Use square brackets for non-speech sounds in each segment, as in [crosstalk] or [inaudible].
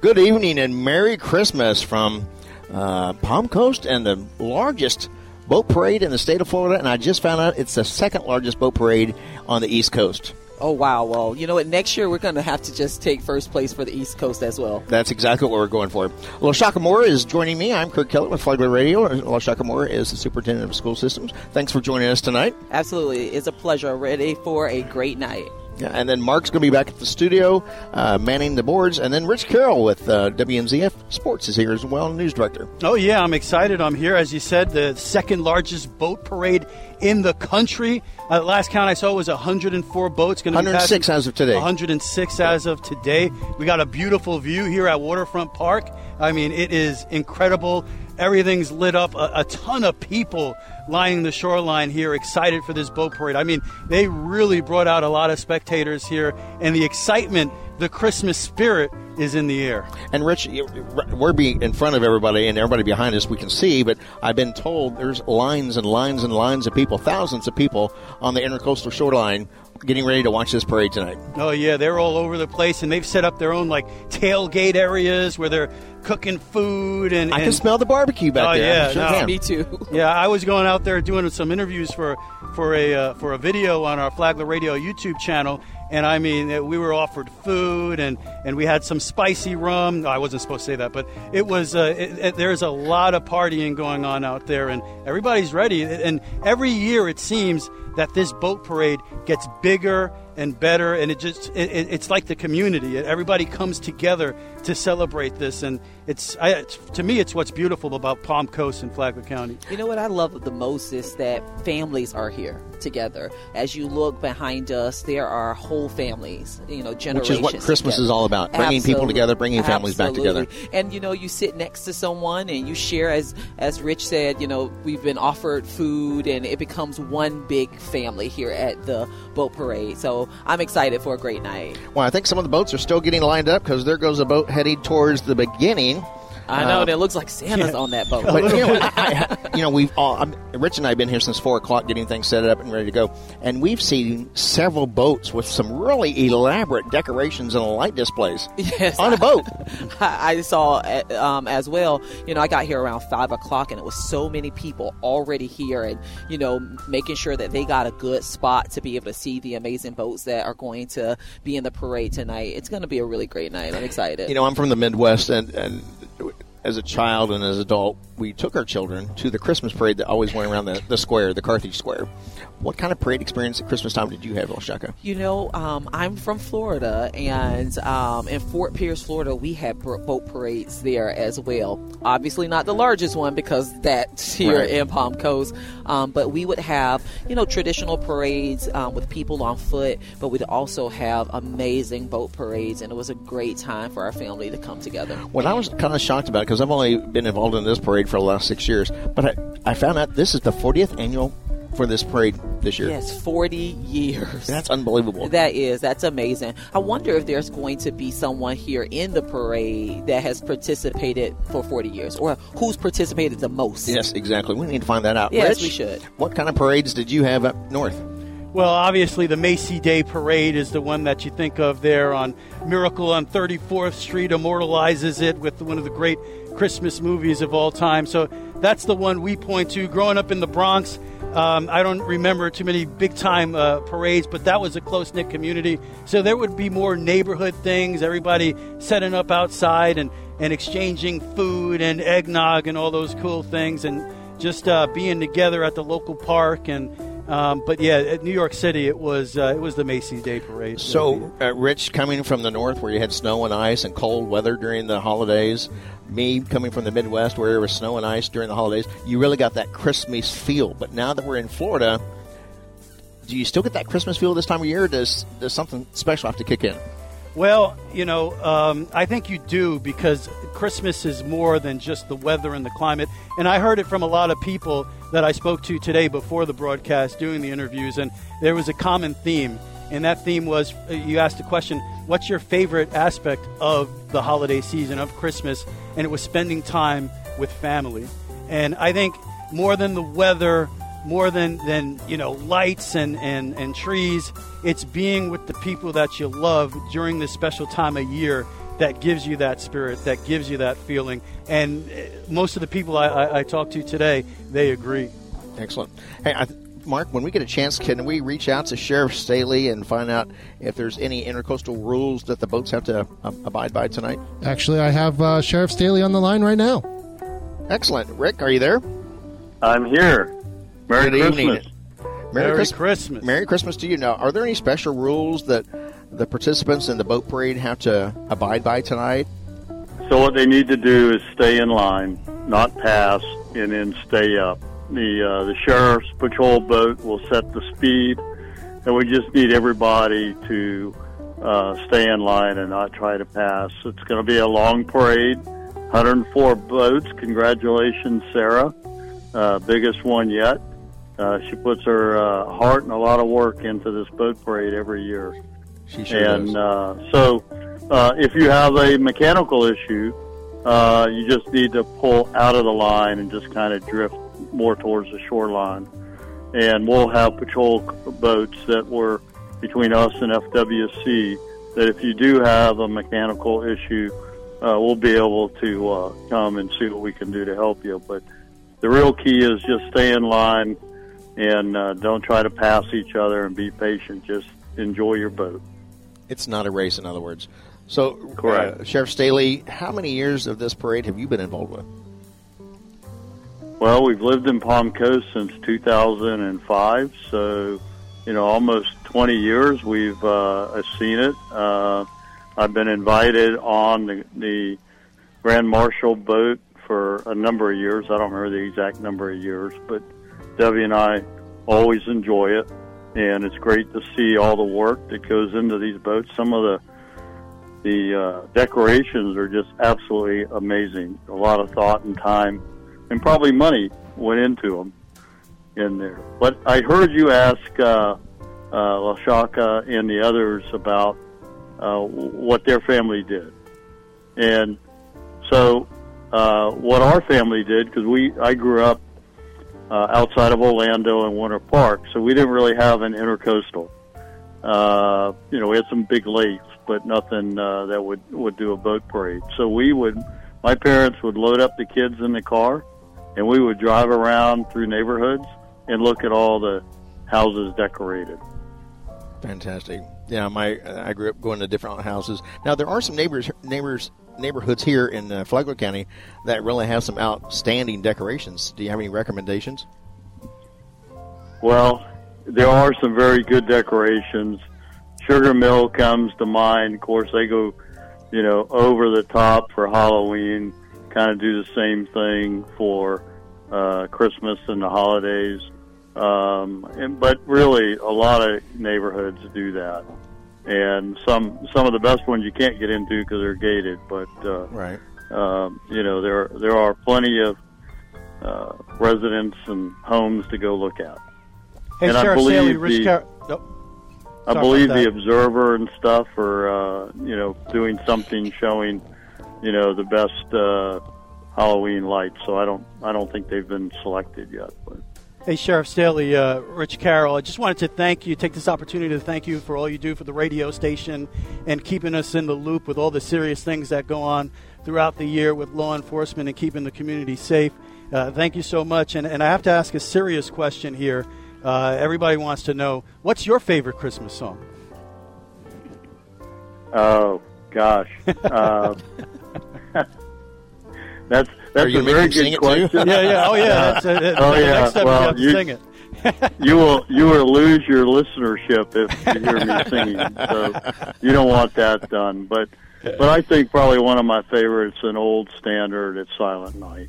Good evening and Merry Christmas from uh, Palm Coast and the largest boat parade in the state of Florida. And I just found out it's the second largest boat parade on the East Coast. Oh wow! Well, you know what? Next year we're going to have to just take first place for the East Coast as well. That's exactly what we're going for. Well, Shakamura is joining me. I'm Kirk Keller with Flagler Radio. Well, Shakamura is the superintendent of school systems. Thanks for joining us tonight. Absolutely, it's a pleasure. Ready for a great night. Yeah, and then Mark's going to be back at the studio, uh, manning the boards, and then Rich Carroll with uh, WNZF Sports is here as well, news director. Oh yeah, I'm excited. I'm here, as you said, the second largest boat parade in the country. Uh, last count I saw was 104 boats. Going to 106 as of today. 106 as of today. We got a beautiful view here at Waterfront Park. I mean, it is incredible. Everything's lit up. A, a, ton of people lining the shoreline here, excited for this boat parade. I mean, they really brought out a lot of spectators here, and the excitement, the Christmas spirit is in the air. And Rich, we're being in front of everybody, and everybody behind us we can see. But I've been told there's lines and lines and lines of people, thousands of people on the intercoastal shoreline getting ready to watch this parade tonight. Oh yeah, they're all over the place, and they've set up their own like tailgate areas where they're cooking food. And, I and, can smell the barbecue back oh, there. Yeah, sure no. me too. [laughs] yeah, I was going out there doing some interviews for for a uh, for a video on our Flagler Radio YouTube channel, and I mean we were offered food and and we had some spicy rum. No, I wasn't supposed to say that, but it was uh, it, it, there's a lot of partying going on out there, and everybody's ready. And every year it seems that this boat parade gets bigger and better and it just it, it, it's like the community everybody comes together to celebrate this and it's, I, it's, to me it's what's beautiful about palm coast and flagler county you know what i love the most is that families are here together as you look behind us there are whole families you know generations which is what christmas together. is all about bringing Absolutely. people together bringing families Absolutely. back together and you know you sit next to someone and you share as as rich said you know we've been offered food and it becomes one big family here at the boat parade so I'm excited for a great night. Well, I think some of the boats are still getting lined up because there goes a boat heading towards the beginning. I know, uh, and it looks like Santa's yeah. on [laughs] that boat. But, you, know, I, I, you know, we've all, I'm, Rich and I have been here since 4 o'clock getting things set up and ready to go. And we've seen several boats with some really elaborate decorations and light displays [laughs] yes, on a boat. [laughs] I, I saw um, as well, you know, I got here around 5 o'clock and it was so many people already here and, you know, making sure that they got a good spot to be able to see the amazing boats that are going to be in the parade tonight. It's going to be a really great night. I'm excited. You know, I'm from the Midwest and, and as a child and as an adult, we took our children to the Christmas parade that always went around the, the square, the Carthage Square. What kind of parade experience at Christmas time did you have, Oshaka? You know, um, I'm from Florida, and um, in Fort Pierce, Florida, we had boat parades there as well. Obviously, not the largest one because that's [laughs] here right. in Palm Coast, um, but we would have, you know, traditional parades um, with people on foot, but we'd also have amazing boat parades, and it was a great time for our family to come together. What I was kind of shocked about, because I've only been involved in this parade for the last six years, but I, I found out this is the 40th annual for this parade this year. Yes, 40 years. That's unbelievable. That is. That's amazing. I wonder if there's going to be someone here in the parade that has participated for 40 years or who's participated the most. Yes, exactly. We need to find that out. Rich, Yes, we should. What kind of parades did you have up north? Well, obviously, the Macy Day Parade is the one that you think of there on Miracle on 34th Street, immortalizes it with one of the great Christmas movies of all time. So that's the one we point to. Growing up in the Bronx, um, I don't remember too many big time uh, parades, but that was a close knit community. So there would be more neighborhood things, everybody setting up outside and, and exchanging food and eggnog and all those cool things and just uh, being together at the local park and um, but yeah, at New York City, it was uh, it was the Macy's Day Parade. So, uh, Rich, coming from the north where you had snow and ice and cold weather during the holidays, me coming from the Midwest where there was snow and ice during the holidays, you really got that Christmas feel. But now that we're in Florida, do you still get that Christmas feel this time of year? Does does something special have to kick in? Well, you know, um, I think you do because Christmas is more than just the weather and the climate. And I heard it from a lot of people that I spoke to today before the broadcast doing the interviews, and there was a common theme. And that theme was uh, you asked the question, What's your favorite aspect of the holiday season, of Christmas? And it was spending time with family. And I think more than the weather, more than, than you know lights and, and, and trees it's being with the people that you love during this special time of year that gives you that spirit, that gives you that feeling. And eh, most of the people I, I, I talk to today, they agree. Excellent. Hey, I, Mark, when we get a chance, can we reach out to Sheriff Staley and find out if there's any intercoastal rules that the boats have to uh, abide by tonight? Actually, I have uh, Sheriff Staley on the line right now. Excellent. Rick, are you there? I'm here. Merry Good Christmas. evening. Merry, Merry Christ- Christmas. Merry Christmas to you. Now, are there any special rules that the participants in the boat parade have to abide by tonight? So what they need to do is stay in line, not pass, and then stay up. The uh, the sheriff's patrol boat will set the speed, and we just need everybody to uh, stay in line and not try to pass. It's going to be a long parade, 104 boats. Congratulations, Sarah, uh, biggest one yet. Uh, she puts her uh, heart and a lot of work into this boat parade every year She and uh, so uh, if you have a mechanical issue, uh, you just need to pull out of the line and just kind of drift more towards the shoreline. And we'll have patrol boats that were between us and FWC that if you do have a mechanical issue, uh, we'll be able to uh, come and see what we can do to help you. But the real key is just stay in line and uh, don't try to pass each other and be patient. Just enjoy your boat. It's not a race, in other words. So, uh, Oh, Correct. Sheriff Staley, how many years of this parade have you been involved with? Well, we've lived in Palm Coast since 2005, so you know almost 20 years we've uh, seen it. Uh, I've been invited on the, the Grand Marshal boat for a number of years. I don't remember the exact number of years, but Debbie and I always enjoy it, and it's great to see all the work that goes into these boats. Some of the the uh, decorations are just absolutely amazing. A lot of thought and time, and probably money went into them in there. But I heard you ask uh, uh, Lashaka and the others about uh, what their family did, and so uh, what our family did because we I grew up uh, outside of Orlando and Winter Park, so we didn't really have an intercoastal uh, you know, we had some big lakes, but nothing uh, that would would do a boat parade. So we would, my parents would load up the kids in the car, and we would drive around through neighborhoods and look at all the houses decorated. Fantastic. Yeah, my I grew up going to different houses. Now there are some neighbors neighbors neighborhoods here in uh, Flagler County that really have some outstanding decorations. Do you have any recommendations? Well, there are some very good decorations. Sugar Mill comes to mind. Of course, they go, you know, over the top for Halloween. Kind of do the same thing for uh, Christmas and the holidays. Um, and, but really, a lot of neighborhoods do that. And some some of the best ones you can't get into because they're gated. But uh, Right. um, you know, there there are plenty of uh, residents and homes to go look at. Hey, and I Sheriff Staley, believe Rich the- Car- Nope. I Sorry believe about the that. Observer and stuff are, uh, you know, doing something showing, you know, the best uh, Halloween lights. So I don't, I don't think they've been selected yet. But Hey, Sheriff Staley, uh, Rich Carroll, I just wanted to thank you, take this opportunity to thank you for all you do for the radio station and keeping us in the loop with all the serious things that go on throughout the year with law enforcement and keeping the community safe. Uh, thank you so much. And, and I have to ask a serious question here. Uh, everybody wants to know what's your favorite Christmas song? oh [laughs] gosh, uh, [laughs] Are that's that's you gonna a very make him sing good it too? question. [laughs] Yeah, yeah, oh, yeah. That's, uh, [laughs] that- Oh, the yeah. Next time Well, you have to you- sing it. you will you will lose your listenership if you hear me singing. So you don't want that done. But but I think probably one of my favorites, an old standard, it's Silent Night.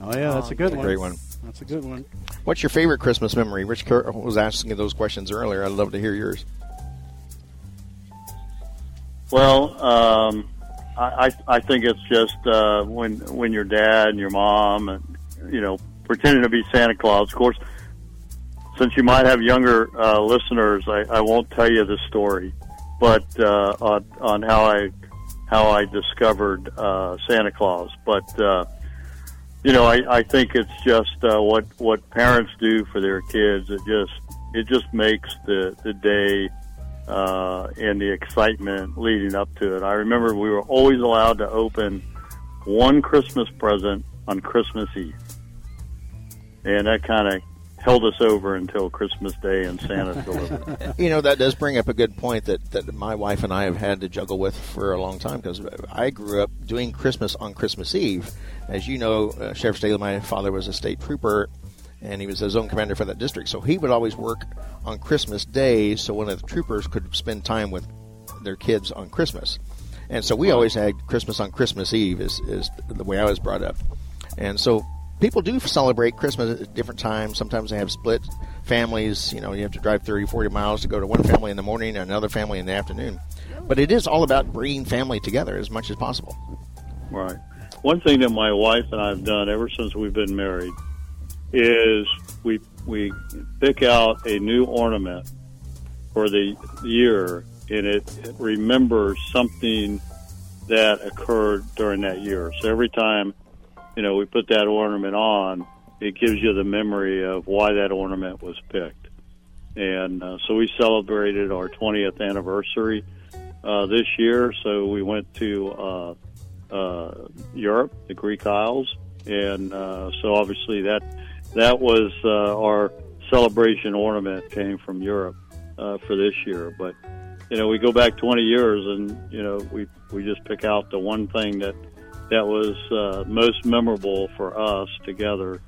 Oh, yeah, Um, that's a good a one. great one. That's a good one. What's your favorite Christmas memory? Rich Kerr was asking those questions earlier. I'd love to hear yours. Well, um, I, I I think it's just uh, when when your dad and your mom and you know pretending to be Santa Claus. Of course, since you might have younger uh, listeners, I, I won't tell you the story, but uh, on, on how I how I discovered uh, Santa Claus. But uh, you know, I, I think it's just uh, what what parents do for their kids. It just it just makes the the day uh, and the excitement leading up to it. I remember we were always allowed to open one Christmas present on Christmas Eve, and that kind of held us over until Christmas Day and Santa [laughs] delivered. You know, that does bring up a good point that, that my wife and I have had to juggle with for a long time because I grew up doing Christmas on Christmas Eve. As you know, uh, Sheriff Staley, my father was a state trooper and he was the zone commander for that district. So he would always work on Christmas Day so one of the troopers could spend time with their kids on Christmas. And so we always had Christmas on Christmas Eve, is, is the way I was brought up. And so people do celebrate Christmas at different times. Sometimes they have split families. You know, you have to drive 30, 40 miles to go to one family in the morning and another family in the afternoon. But it is all about bringing family together as much as possible. right. One thing that my wife and I have done ever since we've been married is we we pick out a new ornament for the year, and it, it remembers something that occurred during that year. So every time you know we put that ornament on, it gives you the memory of why that ornament was picked. And uh, so we celebrated our 20th anniversary uh, this year. So we went to uh, uh, Europe, the Greek Isles, and uh, so obviously that that was uh, our celebration ornament came from Europe uh, for this year. But you know, we go back 20 years, and you know, we we just pick out the one thing that that was uh, most memorable for us together,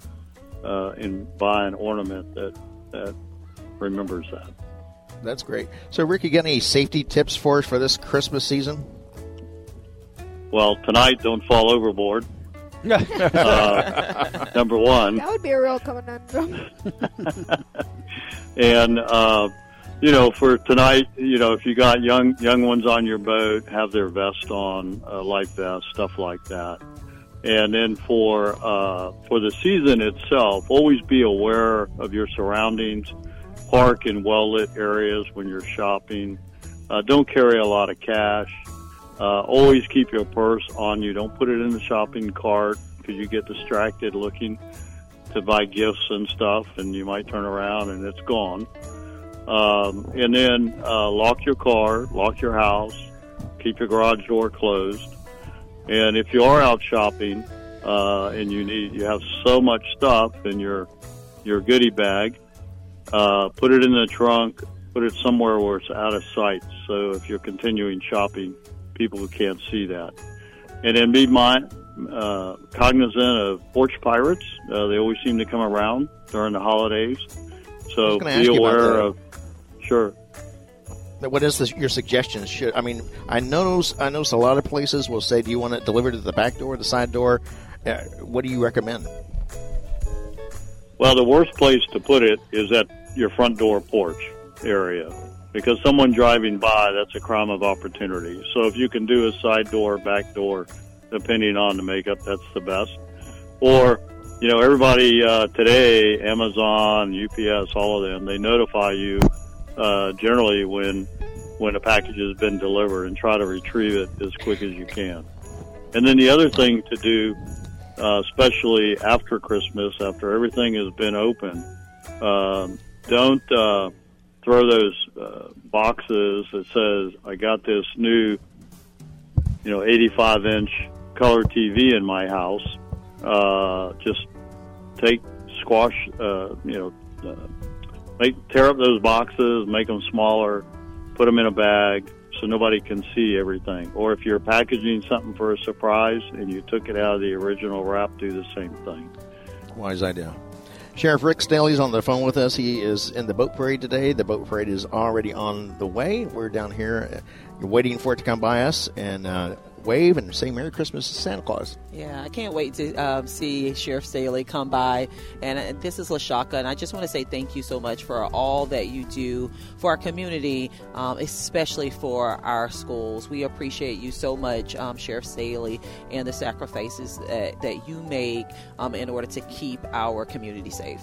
uh, and buy an ornament that that remembers that. That's great. So, Rick, you got any safety tips for us for this Christmas season? Well, tonight, don't fall overboard. uh, number one. That would be a real conundrum. and uh, you know for tonight you know if you got young young ones on your boat have their vest on uh, life vest stuff like that and then for uh, for the season itself always be aware of your surroundings park in well lit areas when you're shopping uh, don't carry a lot of cash uh, always keep your purse on you don't put it in the shopping cart because you get distracted looking to buy gifts and stuff, and you might turn around and it's gone. Um, and then uh, lock your car, lock your house, keep your garage door closed. And if you are out shopping uh, and you need, you have so much stuff in your your goodie bag, uh, put it in the trunk, put it somewhere where it's out of sight. So if you're continuing shopping, people can't see that. And then be mind, uh, cognizant of porch pirates. Uh, they always seem to come around during the holidays. So I was gonna be ask you about aware that. of. Sure. What is this, your suggestions? Should I mean? I know I know a lot of places will say, "Do you want it delivered to the back door, the side door?" Uh, what do you recommend? Well, the worst place to put it is at your front door porch area because someone driving by, that's a crime of opportunity. So if you can do a side door, back door, depending on the makeup, that's the best. Or, you know, everybody uh, today, Amazon, UPS, all of them, they notify you uh, generally when when a package has been delivered and try to retrieve it as quick as you can. And then the other thing to do uh, especially after Christmas, after everything has been open. Um, don't uh, throw those uh, boxes that says "I got this new, you know, 85 inch color TV in my house." Uh, just take squash, uh, you know, uh, make tear up those boxes, make them smaller, put them in a bag. So nobody can see everything. Or if you're packaging something for a surprise and you took it out of the original wrap, do the same thing. Wise idea. Sheriff Rick Staley's on the phone with us. He is in the boat parade today. The boat parade is already on the way. We're down here uh, waiting for it to come by us and uh, wave and say Merry Christmas to Santa Claus. Yeah, I can't wait to um, see Sheriff Staley come by. And uh, this is Lashaka, and I just want to say thank you so much for all that you do for our community, um, especially for our schools. We appreciate you so much, um, Sheriff Staley, and the sacrifices that, that you make um, in order to keep our community safe.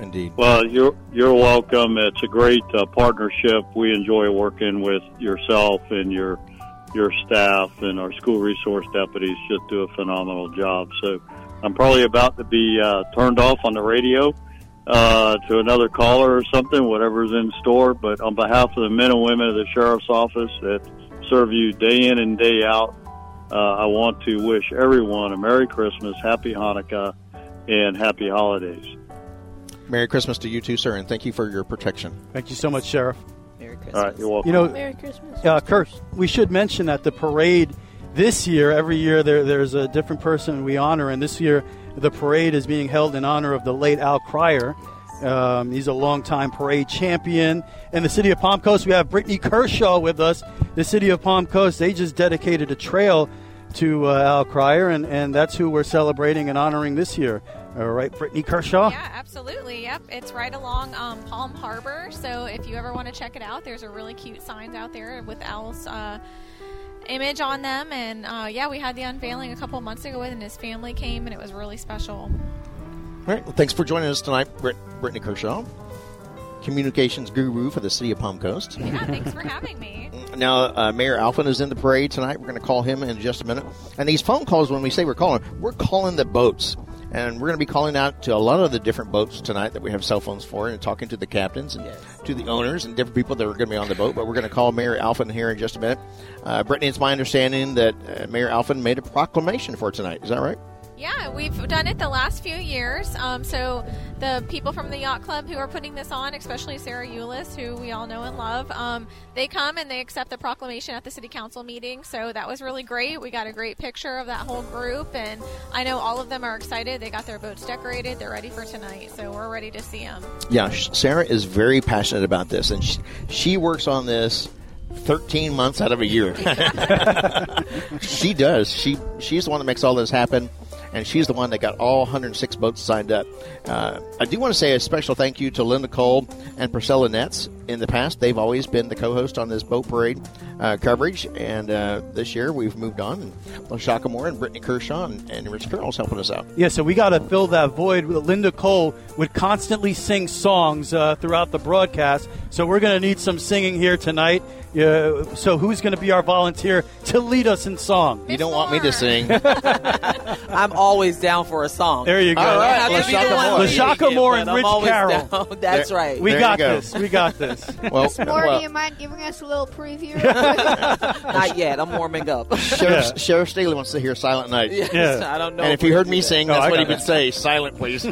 Indeed. Well, you're you're welcome. It's a great uh, partnership. We enjoy working with yourself and your your staff and our school resource deputies. Just do a phenomenal job. So I'm probably about to be uh, turned off on the radio uh, to another caller or something, whatever's in store. But on behalf of the men and women of the sheriff's office that serve you day in and day out, uh, I want to wish everyone a Merry Christmas, Happy Hanukkah, and Happy Holidays. Merry Christmas to you too, sir, and thank you for your protection. Thank you so much, Sheriff. Merry Christmas. All right, you're welcome. You know, Merry Christmas. Uh, Kurt, we should mention that the parade this year, every year there, there's a different person we honor, and this year the parade is being held in honor of the late Al Cryer. Um, he's a longtime parade champion. In the city of Palm Coast, we have Brittany Kershaw with us. The city of Palm Coast, they just dedicated a trail to uh, Al Cryer, and, and that's who we're celebrating and honoring this year. All right, Brittany Kershaw? Yeah, absolutely. Yep, it's right along um, Palm Harbor. So if you ever want to check it out, there's a really cute signs out there with Al's uh, image on them. And uh, yeah, we had the unveiling a couple months ago, and his family came, and it was really special. All right, well, thanks for joining us tonight, Britt, Brittany Kershaw, communications guru for the city of Palm Coast. Yeah, thanks for having me. Now, uh, Mayor Alphen is in the parade tonight. We're going to call him in just a minute. And these phone calls, when we say we're calling, we're calling the boats. And we're going to be calling out to a lot of the different boats tonight that we have cell phones for and talking to the captains and to the owners and different people that are going to be on the boat. But we're going to call Mayor Alphen here in just a minute. Uh, Brittany, it's my understanding that uh, Mayor Alphen made a proclamation for tonight. Is that right? Yeah, we've done it the last few years. Um, so the people from the yacht club who are putting this on, especially Sarah Eulis, who we all know and love, um, they come and they accept the proclamation at the city council meeting. So that was really great. We got a great picture of that whole group, and I know all of them are excited. They got their boats decorated. They're ready for tonight. So we're ready to see them. Yeah, Sh- Sarah is very passionate about this, and she, she works on this 13 months out of a year. [laughs] she does. She she's the one that makes all this happen, and she's the one that got all 106 boats signed up. Uh, I do want to say a special thank you to Linda Cole and Priscilla Nets. In the past, they've always been the co-host on this boat parade uh, coverage, and uh, this year we've moved on. And Lashaka Moore and Brittany Kershaw and, and Rich Carroll's helping us out. Yeah, so we got to fill that void. Linda Cole would constantly sing songs uh, throughout the broadcast, so we're going to need some singing here tonight. Uh, so who's going to be our volunteer to lead us in song? You don't want me to sing. I'm always down for a song. There you go. All I right, have to be Lashaka the Moore. Lashaka one leading it, Moore but and I'm Rich always Carroll. down. [laughs] That's right. We There got you go. this. We got this. [laughs] Well, More, well, do you mind giving us a little [laughs] preview? Not yet. I'm warming up. Sheriff, Yeah. Sheriff Staley wants to hear Silent Night. Yes, Yeah. I don't know. And if you heard me sing, Oh, that's I what he got would it. say. Silent, please.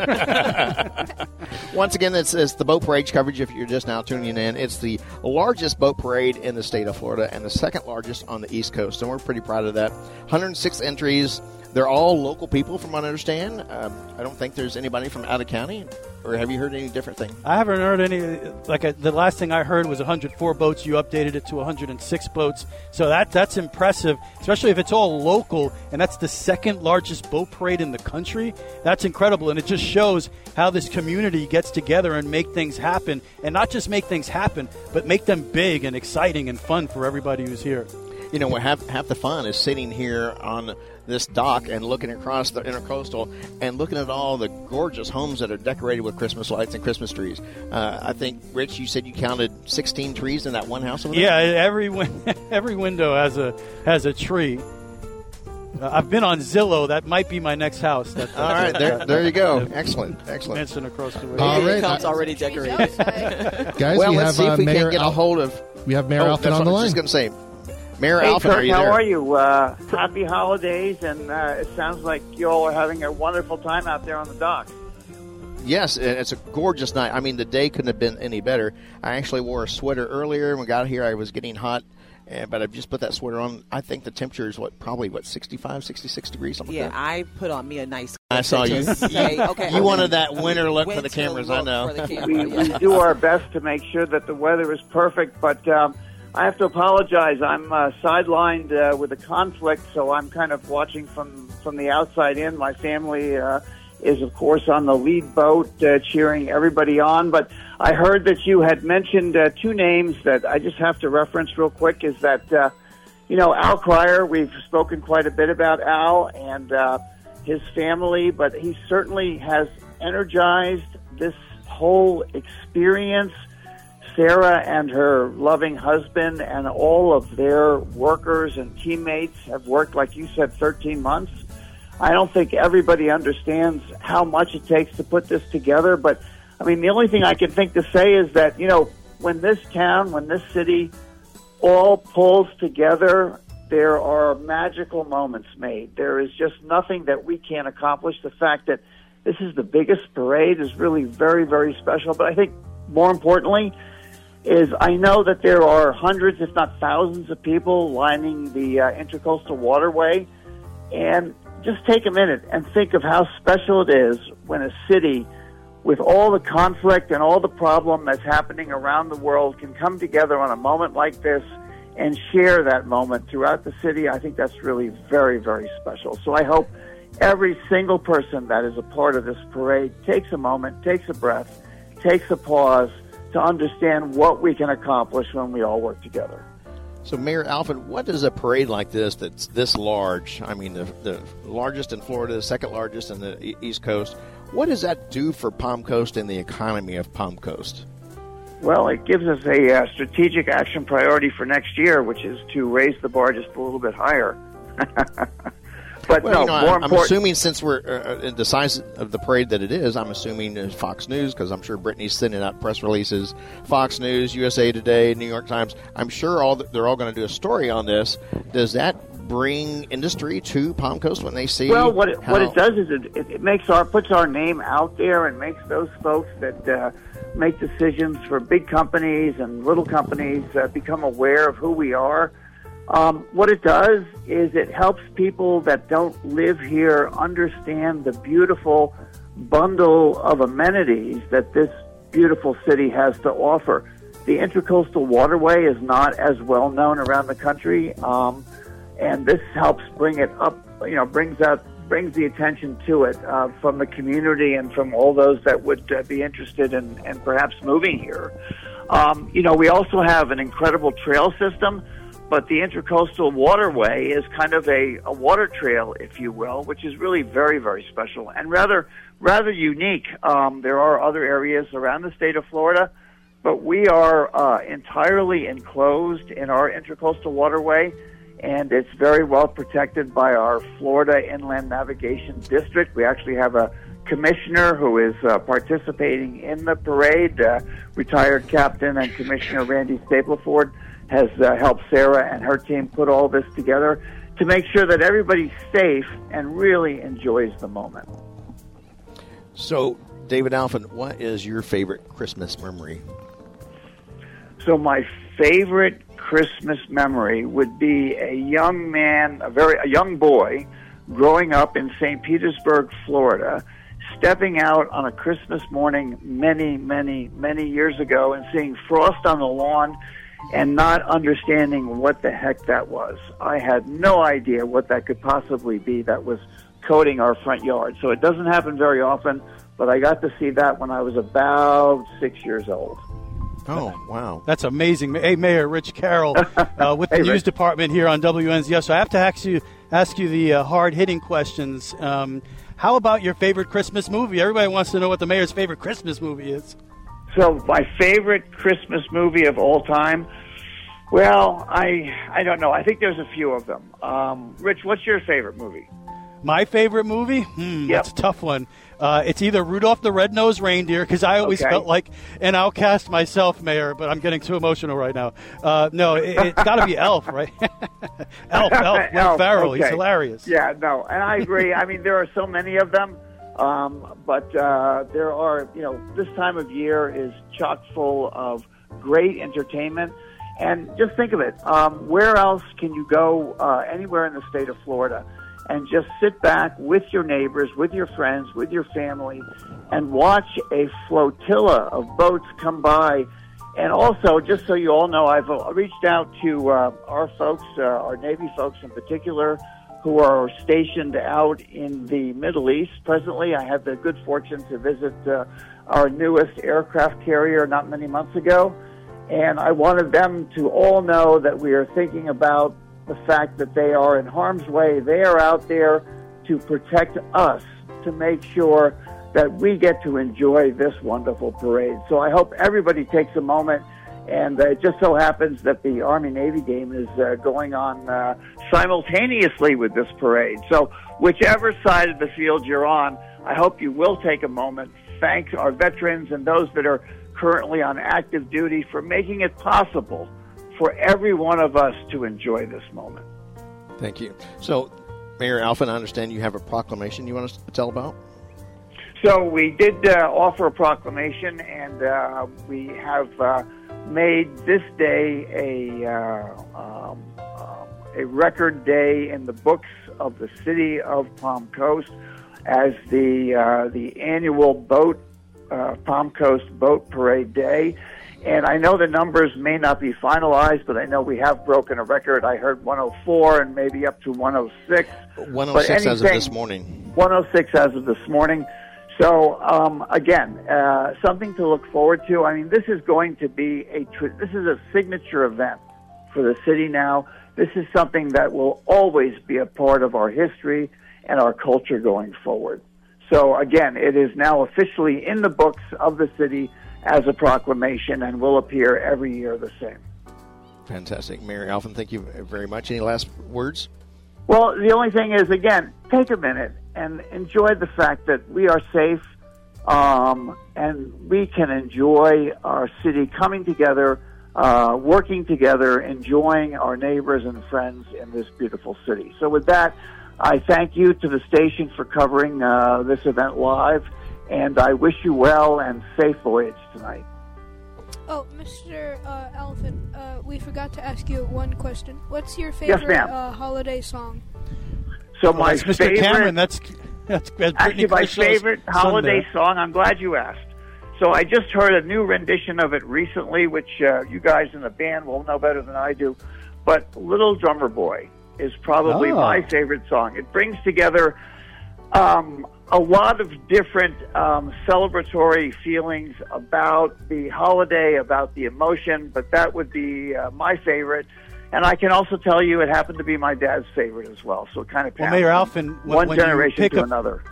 Once again, it's, it's the boat parade coverage. If you're just now tuning in, it's the largest boat parade in the state of Florida and the second largest on the East Coast, and we're pretty proud of that. 106 entries. They're all local people, from what I understand. Um, I don't think there's anybody from out of county. Or have you heard any different thing? I haven't heard any. Like uh, the last thing I heard was 104 boats. You updated it to 106 boats, so that that's impressive, especially if it's all local. And that's the second largest boat parade in the country. That's incredible, and it just shows how this community gets together and make things happen, and not just make things happen, but make them big and exciting and fun for everybody who's here. you know, half, half the fun is sitting here on this dock and looking across the intercoastal and looking at all the gorgeous homes that are decorated with Christmas lights and Christmas trees. Uh, I think, Rich, you said you counted 16 trees in that one house over there? Yeah, every win- [laughs] every window has a has a tree. Uh, I've been on Zillow. That might be my next house. That, All right, [laughs] there, there you go. Excellent, excellent. Mansion across the way. All Here right. it comes already Trees decorated. outside. [laughs] Guys, Well, we let's have see uh, if we Mayor can get a Al- hold of we have Mayor oh, Alphen that's on the what I line. was just going to say, Mayor Hey, Alphen, Kurt, are you how there? are you? Uh, happy holidays, and uh, it sounds like you all are having a wonderful time out there on the dock. Yes, and it's a gorgeous night. I mean, the day couldn't have been any better. I actually wore a sweater earlier, and we got here. I was getting hot, and, but I've just put that sweater on. I think the temperature is what probably what 65, 66 degrees, something Yeah, like that. I put on me a nice. I saw you. Just say, okay, You wanted that winter look for Winter the cameras. I look know. [laughs] for [laughs] the camera, We, we yes. do our best to make sure that the weather is perfect, but um, I have to apologize. I'm uh, sidelined uh, with a conflict, so I'm kind of watching from from the outside in. My family uh, is, of course, on the lead boat, uh, cheering everybody on. But I heard that you had mentioned uh, two names that I just have to reference real quick. Is that uh, you know, Al Cryer, we've spoken quite a bit about Al and uh, his family, but he certainly has energized this whole experience. Sarah and her loving husband and all of their workers and teammates have worked, like you said, 13 months. I don't think everybody understands how much it takes to put this together, but I mean, the only thing I can think to say is that, you know, when this town, when this city all pulls together, there are magical moments made. There is just nothing that we can't accomplish. The fact that this is the biggest parade is really very, very special. But I think more importantly, is I know that there are hundreds, if not thousands, of people lining the uh, intercoastal waterway. And just take a minute and think of how special it is when a city, with all the conflict and all the problem that's happening around the world, can come together on a moment like this and share that moment throughout the city. I think that's really very, very special. So I hope every single person that is a part of this parade takes a moment, takes a breath, takes a pause to understand what we can accomplish when we all work together. So, Mayor Alfred, what does a parade like this that's this large, I mean, the, the largest in Florida, the second largest in the e- East Coast, what does that do for Palm Coast and the economy of Palm Coast? Well, it gives us a uh, strategic action priority for next year, which is to raise the bar just a little bit higher. [laughs] but Well, no, you more know, I'm, I'm important- assuming since we're uh, uh, the size of the parade that it is, I'm assuming it's Fox News because I'm sure Brittany's sending out press releases. Fox News, USA Today, New York Times. I'm sure all th- they're all going to do a story on this. Does that bring industry to Palm Coast when they see? Well, what it, what how- it does is it, it, it makes our puts our name out there and makes those folks that uh, make decisions for big companies and little companies uh, become aware of who we are. Um, what it does is it helps people that don't live here understand the beautiful bundle of amenities that this beautiful city has to offer. The intercoastal waterway is not as well known around the country. Um, and this helps bring it up. You know, brings out brings the attention to it uh, from the community and from all those that would uh, be interested in and perhaps moving here. Um, you know, we also have an incredible trail system, but the intercoastal waterway is kind of a, a water trail, if you will, which is really very very special and rather rather unique. Um, there are other areas around the state of Florida. But we are uh, entirely enclosed in our intercoastal waterway and it's very well protected by our Florida Inland Navigation District. We actually have a commissioner who is uh, participating in the parade, uh, retired captain and commissioner Randy Stapleford has uh, helped Sarah and her team put all this together to make sure that everybody's safe and really enjoys the moment. So, David Alfin, what is your favorite Christmas memory? So my favorite Christmas memory would be a young man, a very a young boy, growing up in St. Petersburg, Florida, stepping out on a Christmas morning many, many, many years ago and seeing frost on the lawn and not understanding what the heck that was. I had no idea what that could possibly be that was coating our front yard. So it doesn't happen very often, but I got to see that when I was about 6 years old. Oh, wow. That's amazing. Hey, Mayor [laughs] Rich Carroll uh, with the Hey, news Rich. department here on WNZS. So I have to ask you, ask you the uh, hard hitting questions. Um, how about your favorite Christmas movie? Everybody wants to know what the mayor's favorite Christmas movie is. So my favorite Christmas movie of all time. Well, I I don't know. I think there's a few of them. Um, Rich, what's your favorite movie? My favorite movie? Hmm, Yep. that's a tough one. Uh, it's either Rudolph the Red-Nosed Reindeer, because I always Okay. felt like an outcast myself, Mayor, but I'm getting too emotional right now. Uh, no, it, [laughs] it's got to be Elf, right? Elf, Elf, Will No, Ferrell. He's okay. hilarious. Yeah, no, and I agree. I mean, there are so many of them, um, but uh, there are you know this time of year is chock full of great entertainment. And just think of it. Um, where else can you go uh, anywhere in the state of Florida and just sit back with your neighbors, with your friends, with your family, and watch a flotilla of boats come by and also, just so you all know, I've uh, reached out to uh, our folks, uh, our Navy folks in particular, who are stationed out in the Middle East presently. I had the good fortune to visit uh, our newest aircraft carrier not many months ago, and I wanted them to all know that we are thinking about the fact that they are in harm's way. They are out there to protect us, to make sure that we get to enjoy this wonderful parade. So I hope everybody takes a moment. And uh, it just so happens that the Army Navy game is uh, going on uh, simultaneously with this parade. So, whichever side of the field you're on, I hope you will take a moment thank our veterans and those that are currently on active duty for making it possible for every one of us to enjoy this moment. Thank you. So, Mayor Alphen, I understand you have a proclamation you want us to tell about? So, we did uh, offer a proclamation, and uh, we have uh, made this day a, um, a record day in the books of the city of Palm Coast as the, uh, the annual boat, uh, Palm Coast Boat Parade Day. And I know the numbers may not be finalized, but I know we have broken a record. I heard 104 and maybe up to 106. 106 anything, oh as of this morning. 106 as of this morning. So um, again, uh, something to look forward to. I mean, this is going to be a tr- this is a signature event for the city. Now, this is something that will always be a part of our history and our culture going forward. So again, it is now officially in the books of the city as a proclamation and will appear every year the same. Fantastic. Mary Alphen, thank you very much. Any last words? Well, the only thing is, again, take a minute and enjoy the fact that we are safe um, and we can enjoy our city coming together, uh, working together, enjoying our neighbors and friends in this beautiful city. So, with that, I thank you to the station for covering uh, this event live and I wish you well and safe voyage tonight. [laughs] Oh, Mr. Uh, Elephant, uh, we forgot to ask you one question. What's your favorite ma'am. uh, holiday song? So Well, [laughs] my that's Mr. favorite, Cameron, that's that's, that's actually Britney my Kershaw's favorite son holiday there. song. I'm glad you asked. So I just heard a new rendition of it recently, which uh, you guys in the band will know better than I do. But "Little Drummer Boy" is probably Oh. my favorite song. It brings together um, a lot of different um, celebratory feelings about the holiday, about the emotion, but that would be uh, my favorite. And I can also tell you it happened to be my dad's favorite as well. So it kind of Well, passed Mayor from Alphen, when- one when you generation pick to a- another.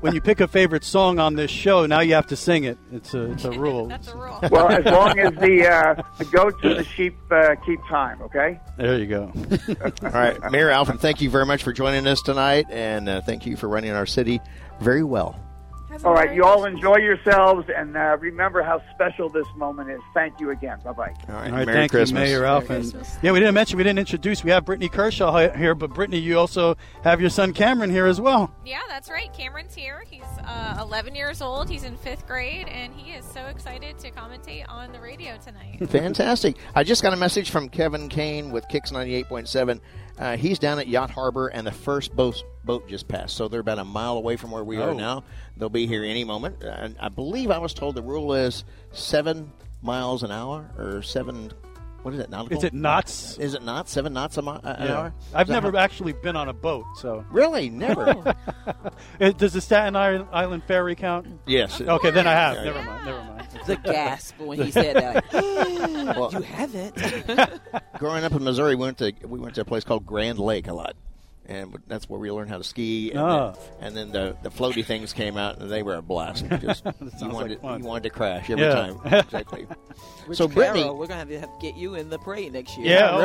When you pick a favorite song on this show, now you have to sing it. It's a it's a rule. That's a rule. Well, as [laughs] long as the, uh, the goats and the sheep uh, keep time, okay? there you go. All right, Mayor Alphen, thank you very much for joining us tonight, and uh, thank you for running our city very well. Have a All right, Merry you all Christmas. enjoy yourselves and uh, remember how special this moment is. Thank you again. Bye bye. All right, All right, Merry thank Christmas. you, Mayor Alphen. Christmas. Yeah, we didn't mention, we didn't introduce. We have Brittany Kershaw he- here, but Brittany, you also have your son Cameron here as well. Yeah, that's right. Cameron's here. He's uh, 11 years old. He's in fifth grade, and he is so excited to commentate on the radio tonight. Fantastic. I just got a message from Kevin Kane with Kicks 98.7. Uh, he's down at Yacht Harbor, and the first boat, boat just passed. So they're about a mile away from where we are Oh. now. They'll be here any moment. Uh, And I believe I was told the rule is seven miles an hour or seven. What is it? Nautical? Is it knots? Is it not? Seven knots a mi- uh, an hour? I've Is that never how- actually been on a boat, so Really? [laughs] Never. Uh, does the Staten Island, Island ferry count? yes. Okay, then I have. Yeah, Never yeah. mind. Never mind. The gasp [laughs] when he said that. like, Well, you haven't. [laughs] growing up in Missouri, we went to we went to a place called Grand Lake a lot, and that's where we learned how to ski. And, Oh. then, and then the the floaty things came out, and they were a [laughs] blast. Just, you sounds wanted like fun. you wanted to crash every Yeah. [laughs] time. Exactly. [laughs] so, Rich Caro, Brittany, we're gonna have to, have to get you in the parade next year. Yeah, oh,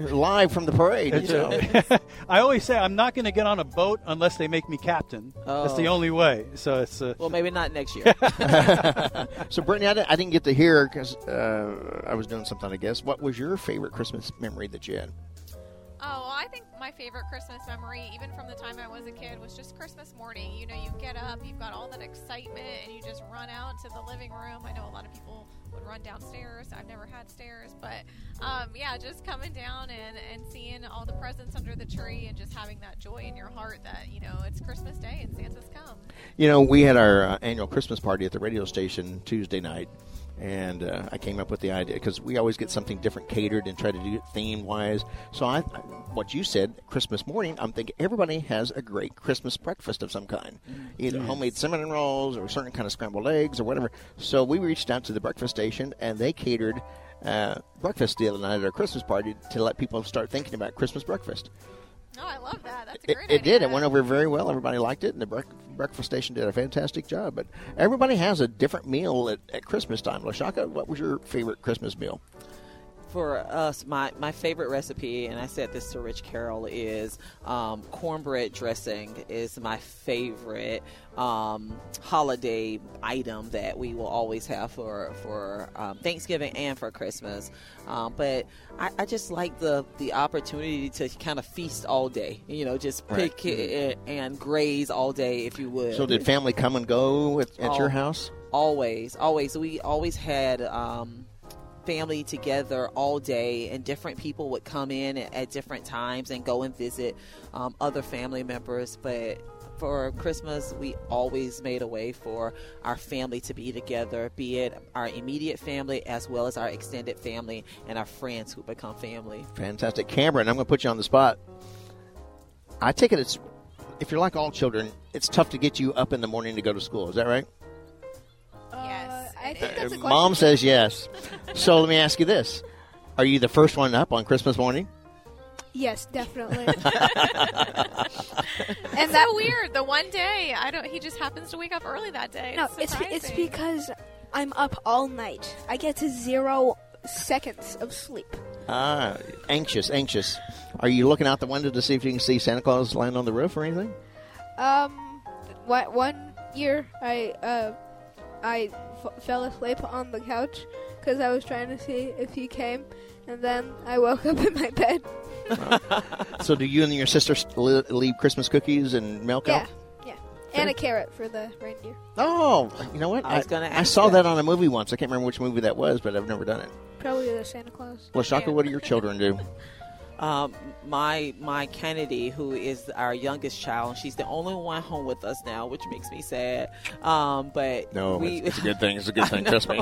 really live from the parade. so. [laughs] I always say I'm not going to get on a boat unless they make me captain. That's the Oh. only way. So it's uh, Well, maybe not [laughs] next year. [laughs] [laughs] So, Brittany, I didn't, I didn't get to hear because uh, I was doing something, I guess. What was your favorite Christmas memory that you had? Oh, well, I think my favorite Christmas memory, even from the time I was a kid, was just Christmas morning. You know, you get up, you've got all that excitement, and you just run out to the living room. I know a lot of people would run downstairs. I've never had stairs, but um, yeah, just coming down and, and seeing all the presents under the tree and just having that joy in your heart that, you know, it's Christmas Day and Santa's come. You know, we had our uh, annual Christmas party at the radio station Tuesday night, and uh, I came up with the idea because we always get something different catered and try to do it theme wise. So, I, what you said, Christmas morning, I'm thinking everybody has a great Christmas breakfast of some kind, either Mm. homemade cinnamon rolls or certain kind of scrambled eggs or whatever. So, we reached out to the breakfast station, and they catered. Uh, breakfast the other night at our Christmas party to let people start thinking about Christmas breakfast. Oh, I love that. That's a It, great it did. It idea. went over very well. Everybody liked it, and the break, breakfast station did a fantastic job. But everybody has a different meal at, at Christmas time. Lashaka, what was your favorite Christmas meal? for us, my, my favorite recipe, and I said this to Rich Carroll, is um, cornbread dressing is my favorite um, holiday item that we will always have for for um, Thanksgiving and for Christmas. Um, but I, I just like the the opportunity to kind of feast all day. You know, just Right. Mm-hmm. pick it and graze all day, if you would. So did family come and go at, at your Oh. house? always always we always had um family together all day and different people would come in at, at different times and go and visit um, other family members but for christmas we always made a way for our family to be together be it our immediate family as well as our extended family and our friends who become family Fantastic, Cameron. I'm going to put you on the spot. I take it it's if you're like all children, it's tough to get you up in the morning to go to school. Is that right? Yes, Uh, I it think that's a question. Mom says [laughs] yes. so let me ask you this: Are you the first one up on Christmas [laughs] morning? Yes, [laughs] definitely. and that weird. The one day I don't. He just happens to wake up early that day. No, it's surprising. it's because I'm up all night. I get to zero seconds of sleep. Ah, anxious, anxious. Are you looking out the window to see if you can see Santa Claus land on the roof or anything? um, one, one year I uh, I f- fell asleep on the couch because I was trying to see if he came, and then I woke up in my bed. So do you and your sister s- li- leave Christmas cookies and milk Yeah, out? yeah, and a carrot for the reindeer. Oh, you know what? I was gonna I ask saw that. that. on a movie once. I can't remember which movie that was, but I've never done it. Probably the Santa Claus. Well, Shaka, what do your children do? Um, my my Kennedy, who is our youngest child, she's the only one home with us now, which makes me sad. Um, but we, good thing. [laughs] It's a good thing. Trust me.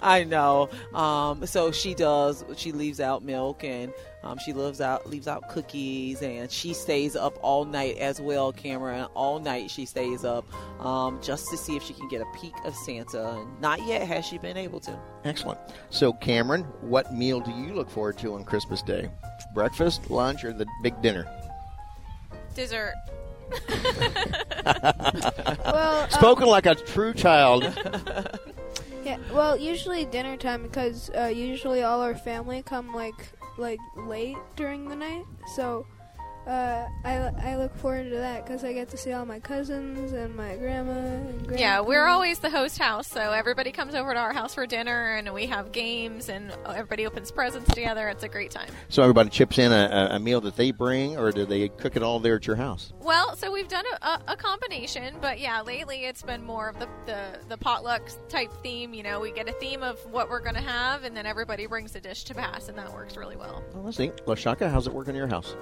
I know. Um, so she does. She leaves out milk and um, she leaves out leaves out cookies, and she stays up all night as well. Cameron, all night she stays up um, just to see if she can get a peek of Santa. And Not yet has she been able to. Excellent. So, Cameron, what meal do you look forward to on Christmas Day? Breakfast, lunch, or the big [laughs] dinner? dessert. [laughs] um, well, Spoken like a true child. Yeah, well, usually dinner time because uh, usually all our family come like like late during the night. So uh, I I look forward to that because I get to see all my cousins and my grandma and grandpa. Yeah, we're always the host house, so everybody comes over to our house for dinner, and we have games, and everybody opens presents together. It's a great time. so, everybody chips in a, a- a meal that they bring, or do they cook it all there at your house? Well, so we've done a, a, a combination, but yeah, lately it's been more of the, the the potluck type theme. You know, we get a theme of what we're going to have, and then everybody brings a dish to pass, and that works really well. Well, let's see. Lashaka, how's it working in your house?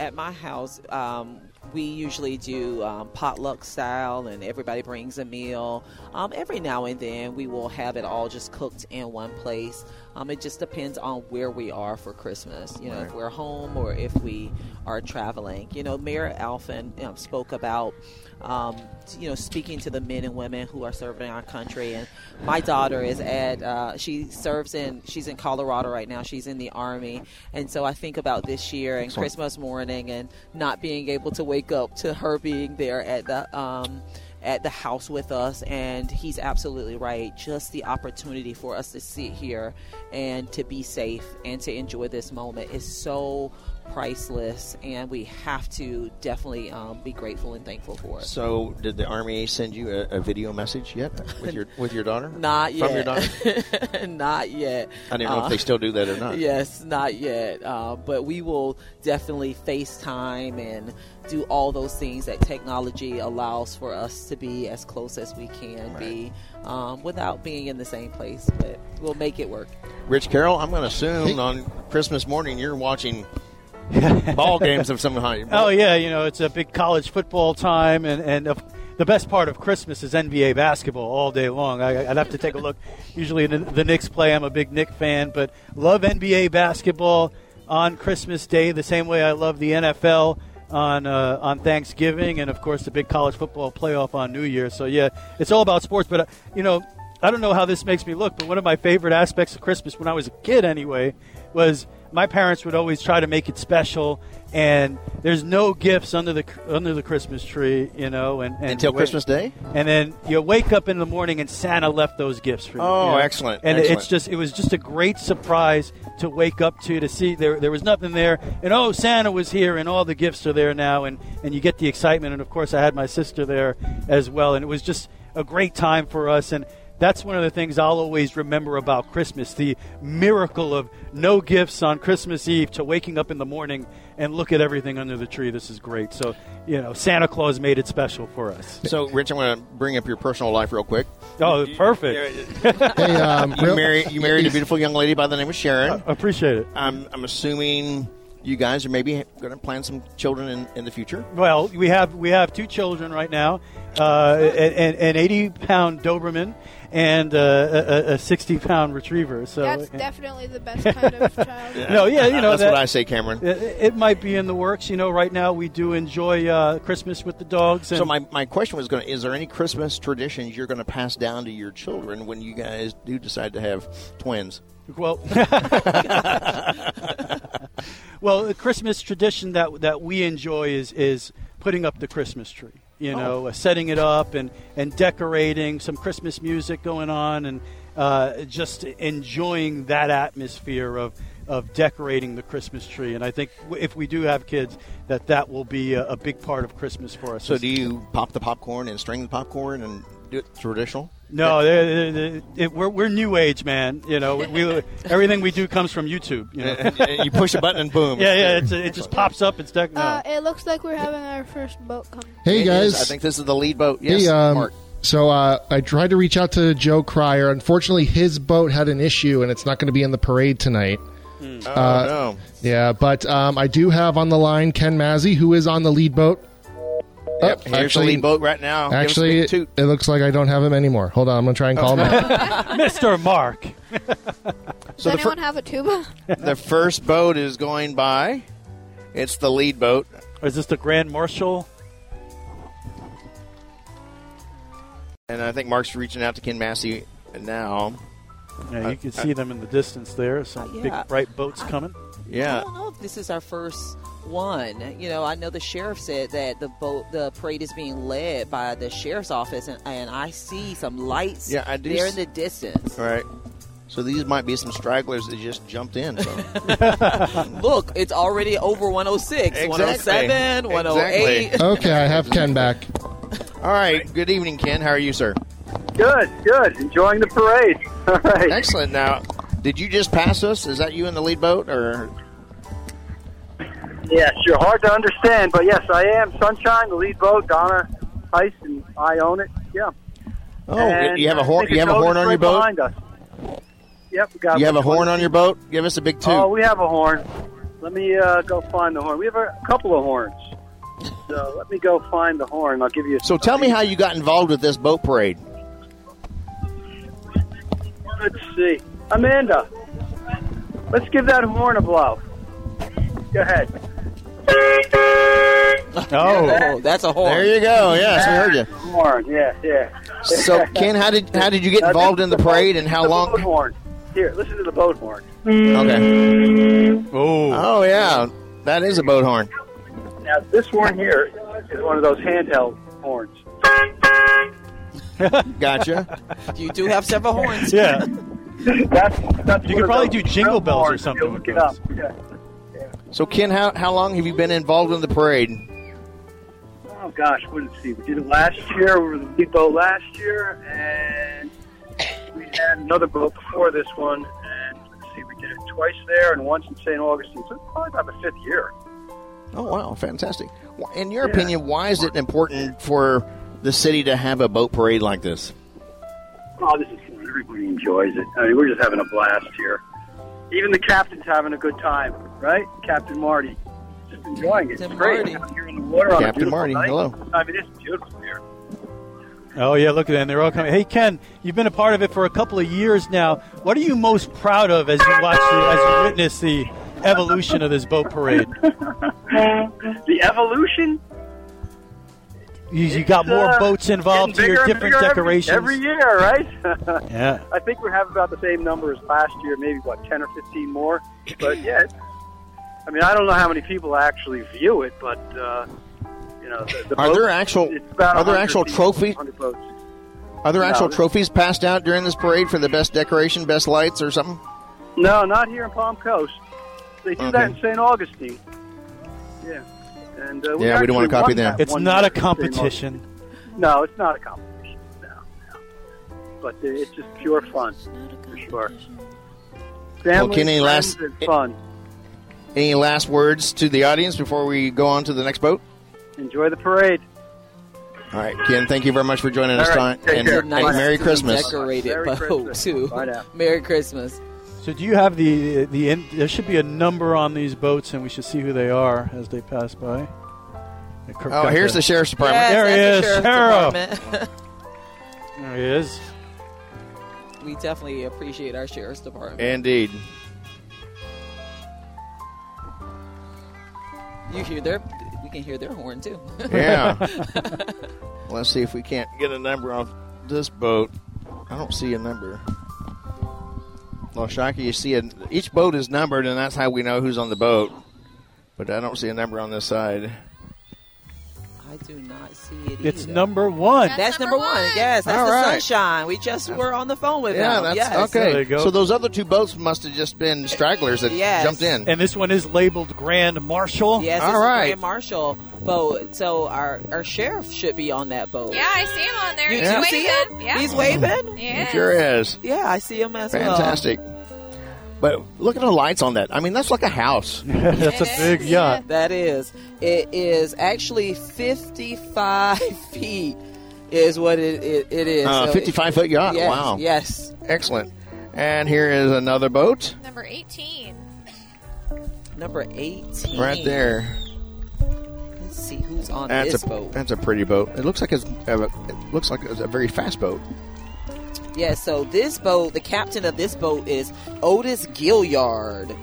at my house, um, we usually do um, potluck style, and everybody brings a meal. Um, every now and then, we will have it all just cooked in one place. Um, it just depends on where we are for Christmas. You know, if we're home or if we are traveling. You know, Mayor Alfin um, spoke about. Um, you know, speaking to the men and women who are serving our country, and my daughter is at uh, she serves in she's in Colorado right now. She's in the army, and so I think about this year and Excellent. Christmas. Christmas morning and not being able to wake up to her being there at the um, at the house with us. And he's absolutely right. Just the opportunity for us to sit here and to be safe and to enjoy this moment is so priceless, and we have to definitely um, be grateful and thankful for it. So, did the Army send you a, a video message yet with your with your daughter? [laughs] Not From your yet. daughter? [laughs] not yet. I didn't know Uh, if they still do that or not. Yes, not yet. Uh, but we will definitely FaceTime and do all those things that technology allows for us to be as close as we can be um, without being in the same place. But we'll make it work. Rich Carroll, I'm going to assume on Christmas morning you're [laughs] watching ball games of some kind. Oh yeah, you know it's a big college football time, and and of, the best part of Christmas is NBA basketball all day long. I, I'd have to take a look. Usually the, the Knicks play. I'm a big Knicks fan, but love NBA basketball on Christmas Day the same way I love the NFL on uh, on Thanksgiving, and of course the big college football playoff on New Year. So yeah, it's all about sports. But uh, you know, I don't know how this makes me look, but one of my favorite aspects of Christmas when I was a kid, anyway, was my parents would always try to make it special, and there's no gifts under the under the Christmas tree, you know, and, and Until you Christmas Day? And then you wake up in the morning, and Santa left those gifts for you. Oh, you know? excellent, And excellent. it's just it was just a great surprise to wake up to to see there there was nothing there, and oh, Santa was here, and all the gifts are there now, and and you get the excitement, and of course I had my sister there as well, and it was just a great time for us, and that's one of the things I'll always remember about Christmas the miracle of no gifts on Christmas Eve to waking up in the morning and look at everything under the tree. This is great. So, you know, Santa Claus made it special for us. So, Rich, I want to bring up your personal life real quick. Oh, perfect. [laughs] Hey, um, You, real- marry, you married a beautiful young lady by the name of Sharon. Appreciate it. I'm, I'm assuming you guys are maybe going to plan some children in, in the future. Well, we have we have two children right now, uh, an, an eighty pound Doberman and uh, a, a- a sixty pound retriever. So That's definitely the [laughs] best kind of child. no, yeah, you know That's that- what I say, Cameron. It, it might be in the works. You know, right now we do enjoy uh, Christmas with the dogs. And So my, my question was going to is there any Christmas traditions you're going to pass down to your children when you guys do decide to have twins? well, [laughs] well, the Christmas tradition that that we enjoy is is putting up the Christmas tree. You Oh. know, uh, setting it up and and decorating, some Christmas music going on, and uh, just enjoying that atmosphere of. Of decorating the Christmas tree, and I think w- if we do have kids, that that will be a, a big part of Christmas for us. [laughs] So do you pop the popcorn and string the popcorn and do it traditional? No, they they- they- it, we're, we're new age, man. You know, we, we, everything we do comes from YouTube. You know? yeah, you push a button and boom. [laughs] yeah, it's, it just pops up. It's deck. No. Uh, it looks like we're having our first boat come. hey, It guys. is. I think this is the lead boat. Yes, Hey, um, Mark. So uh, I tried to reach out to Joe Cryer. Unfortunately, his boat had an issue, and it's not going to be in the parade tonight. Uh, Oh, no. Yeah, but um, I do have on the line Ken Mazzy, who is on the lead boat. Yep, Oh, here's the lead boat right now. Give us a Actually, big it, toot. it looks like I don't have him anymore. Hold on, I'm gonna try and call him. [laughs] Up. [laughs] Mr. Mark. so Does the, anyone have a tuba? [laughs] fir- the first boat is going by. It's the lead boat. Is this the Grand Marshal? And I think Mark's reaching out to Ken Massey now. Uh, Yeah, you can see them in the distance there. Some Uh, yeah. big bright boats coming. I Yeah. don't know if this is our first one. You know, I know the sheriff said that the boat, the parade is being led by the sheriff's office, and, and I see some lights. Yeah, I do There s- in the distance. All right. So these might be some stragglers that just jumped in. So. Look, it's already over 106, 107, Exactly. 108. Exactly. Okay, I have Ken back. All right. Good evening, Ken. How are you, sir? Good, good. Enjoying the parade. [laughs] All right. Excellent. Now, did you just pass us? Is that you in the lead boat, or Yes, you're hard to understand, but yes, I am. Sunshine, the lead boat, Donna Heist, and I own it. Yeah. oh, And you have I a horn? think You have a it's horn over on your right boat? Behind us. Yep. we got You have a one. horn on your boat? Give us a big toot. Oh, we have a horn. Let me uh, go find the horn. We have a couple of horns. So let me go find the horn. I'll give you. So tell me how you got involved with this boat parade. Let's see, Amanda. Let's give that horn a blow. Go ahead. Oh, Oh, that's a horn. There you go. Yes, we heard you. Horn. Yeah, yeah. So, Ken, how did how did you get Now, involved this in is the parade, boat- and how the Boat long? horn. Here, listen to the boat horn. Okay. oh, Oh yeah, that is a boat [laughs] horn. Now, this horn here is one of those handheld horns. Gotcha. You do [laughs] have several horns. yeah. That's, that's You one could of probably do those jingle real bells or horns. something You'll with look it those. up. Yeah. So, Ken, how how long have you been involved in the parade? Oh gosh, what did we see? We did it last year. We were the lead boat last year, and we had another boat before this one. And let's see, we did it twice there and once in St. Augustine. So it's probably about the fifth year. Oh wow, fantastic! Wh- In your opinion, why is it important for the city to have a boat parade like this? Oh, this is fun. Everybody enjoys it. I mean, we're just having a blast here. Even the captain's having a good time, right? Captain Marty. Just enjoying it. Captain it's great. Marty. Out here in the water on a Captain beautiful Marty, night. hello. I mean, it's beautiful here. oh, yeah. Look at them. They're all coming. Hey, Ken, you've been a part of it for a couple of years now. What are you most proud of as you watch, the, as you witness the evolution of this boat parade? The evolution? You, you got It's, more uh, boats involved to getting your bigger and different bigger every- decorations. every, year, right? [laughs] Yeah. I think we have about the same number as last year, maybe what ten or fifteen more. But yeah, it's, I mean, I don't know how many people actually view it, but uh, you know, the, the Are boats, there actual- it's about are there 100 actual people, trophies? 100 boats. Are there No. actual trophies passed out during this parade for the best decoration, best lights, or something? No, not here in Palm Coast. They do that in Okay. St. Augustine. Yeah, and uh, we Yeah, we don't wanna actually copy won them. that It's one not year a in St. Augustine. competition. No, it's not a competition. No, no. But uh, it's just pure fun, for sure. Family, Kenny, friends, last- and fun. Any last words to the audience before we go on to the next boat? Enjoy the parade. All right, Ken, thank you very much for joining us All right, tonight. take And, care. and Nice Merry to be Christmas. Decorated Merry boat Christmas. too. Bye now. oh, Merry Christmas. So do you have the the in, there should be a number on these boats and we should see who they are as they pass by. And Kirk Oh, got here's the the, sheriff's department. There he is, Sheriff's Department. there he is. we definitely appreciate our sheriff's department. Indeed. You hear their, we can hear their horn too. Yeah. Let's see if we can't get a number off this boat. I don't see a number. Well, Shaka, you see, a, each boat is numbered, and that's how we know who's on the boat. But I don't see a number on this side. [laughs] I do not see it. It's either. number 1. That's, number one. Yes, that's All the right. sunshine. We just were on the phone with Yeah, them. that's yes. okay. There you go. So those other two boats must have just been stragglers that Yes. jumped in. And this one is labeled Grand Marshal. Yes, All it's right. the Grand Marshal boat. So our our sheriff should be on that boat. Yeah, I see him on there. You, He's Yeah. you see him? waving. Yeah. He's waving. yeah. Sure is. Yeah, I see him as well. Fantastic. But look at the lights on that. I mean, that's like a [laughs] house. That's a big yacht. [laughs] That is. It is actually 55 [laughs] feet is what it, it, it is. Uh, So 55 foot yacht. Yes, wow. Yes. Excellent. And here is another boat Number 18. Number 18. right there. Let's see who's on That's this a boat. that's a pretty boat. It looks like it's uh, it looks like it's a very fast boat. Yeah, so this boat, the captain of this boat is Otis Gilliard.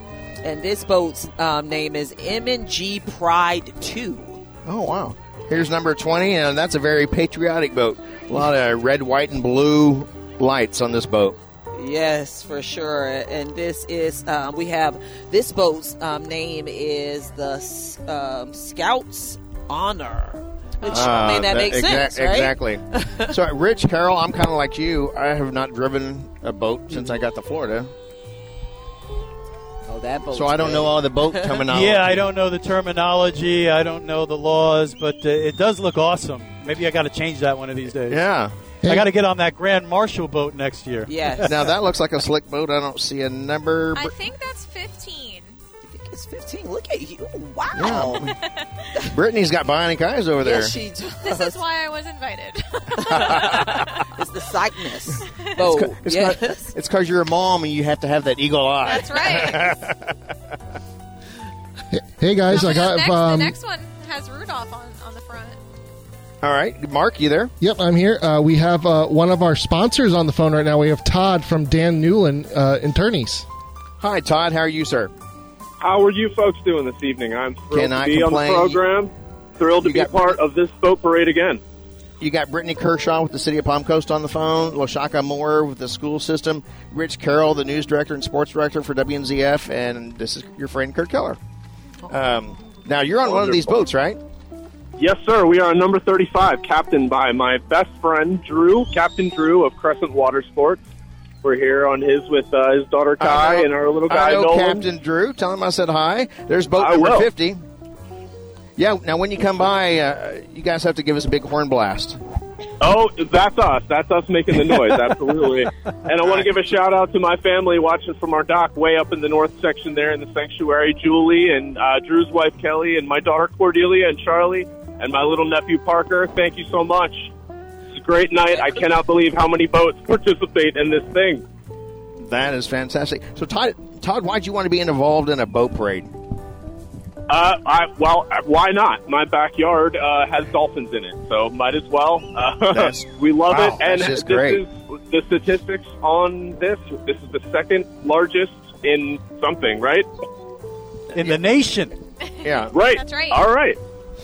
And this boat's um, name is M&G Pride 2. Oh wow! Here's number twenty, and that's a very patriotic boat. A lot of red, white, and blue lights on this boat. Yes, for sure. And this is, um, we have, this boat's um, name is the S- um, Scout's Honor. Which, I mean, that, Uh, makes exac- sense, right? [laughs] Exactly. so, Rich Carroll, I'm kind of like you. I have not driven a boat since I got to Florida, Oh, that boat. so I don't know all the boat [laughs] terminology. Yeah, I don't know the terminology. I don't know the laws, but uh, it does look awesome. Maybe I got to change that one of these days. Yeah. I got to get on that Grand Marshal boat next year. Yes. Now that looks like a slick boat. I don't see a number. [laughs] I think that's 15. I think it's 15. Look at you. Wow. Yeah. Brittany's got bionic eyes over there. [laughs] Yes, she does. This is why I was invited. [laughs] It's [laughs] the Cygnus boat. It's Oh, yes. because you're a mom and you have to have that eagle eye. that's right. Hey, hey guys, I the, got. next, um, the next one has Rudolph on, on the front. All right, Mark, you there? Yep, I'm here. Uh, we have uh, one of our sponsors on the phone right now. We have Todd from Dan Newland uh, Attorneys. Hi, Todd. How are you, sir? How are you folks doing this evening? I'm thrilled Can to I be complain? on the program. Thrilled to You be got- part of this boat parade again. You got Brittany Kershaw with the City of Palm Coast on the phone, Loshaka Moore with the school system, Rich Carroll, the news director and sports director for WNZF, and this is your friend Kurt Keller. Um, now, you're on one of these Wonderful. boats, right? Yes, sir. We are number 35, captained by my best friend Drew, Captain Drew of Crescent Water Sports. We're here on his with uh, his daughter Kai I know- and our little I guy know Nolan. Captain Drew. Tell him I said hi. There's boat I number will. 50. Yeah, now when you come by, uh, you guys have to give us a big horn blast. Oh, that's us. That's us making the noise. Absolutely. and I want to give a shout out to my family watching from our dock way up in the north section there in the sanctuary. Julie and uh, Drew's wife Kelly and my daughter Cordelia and Charlie and my little nephew Parker. Thank you so much. It's a great night. I cannot believe how many boats [laughs] participate in this thing. That is fantastic. So, Todd, Todd, why'd you want to be involved in a boat parade? Uh, I, well, uh, why not? My backyard uh, has dolphins in it, so might as well. [laughs] Uh, That's- we love wow, it, and that's just this great. is the statistics on this. This is the second largest in something, right? In the nation. Yeah. Right. That's right. [laughs] All right.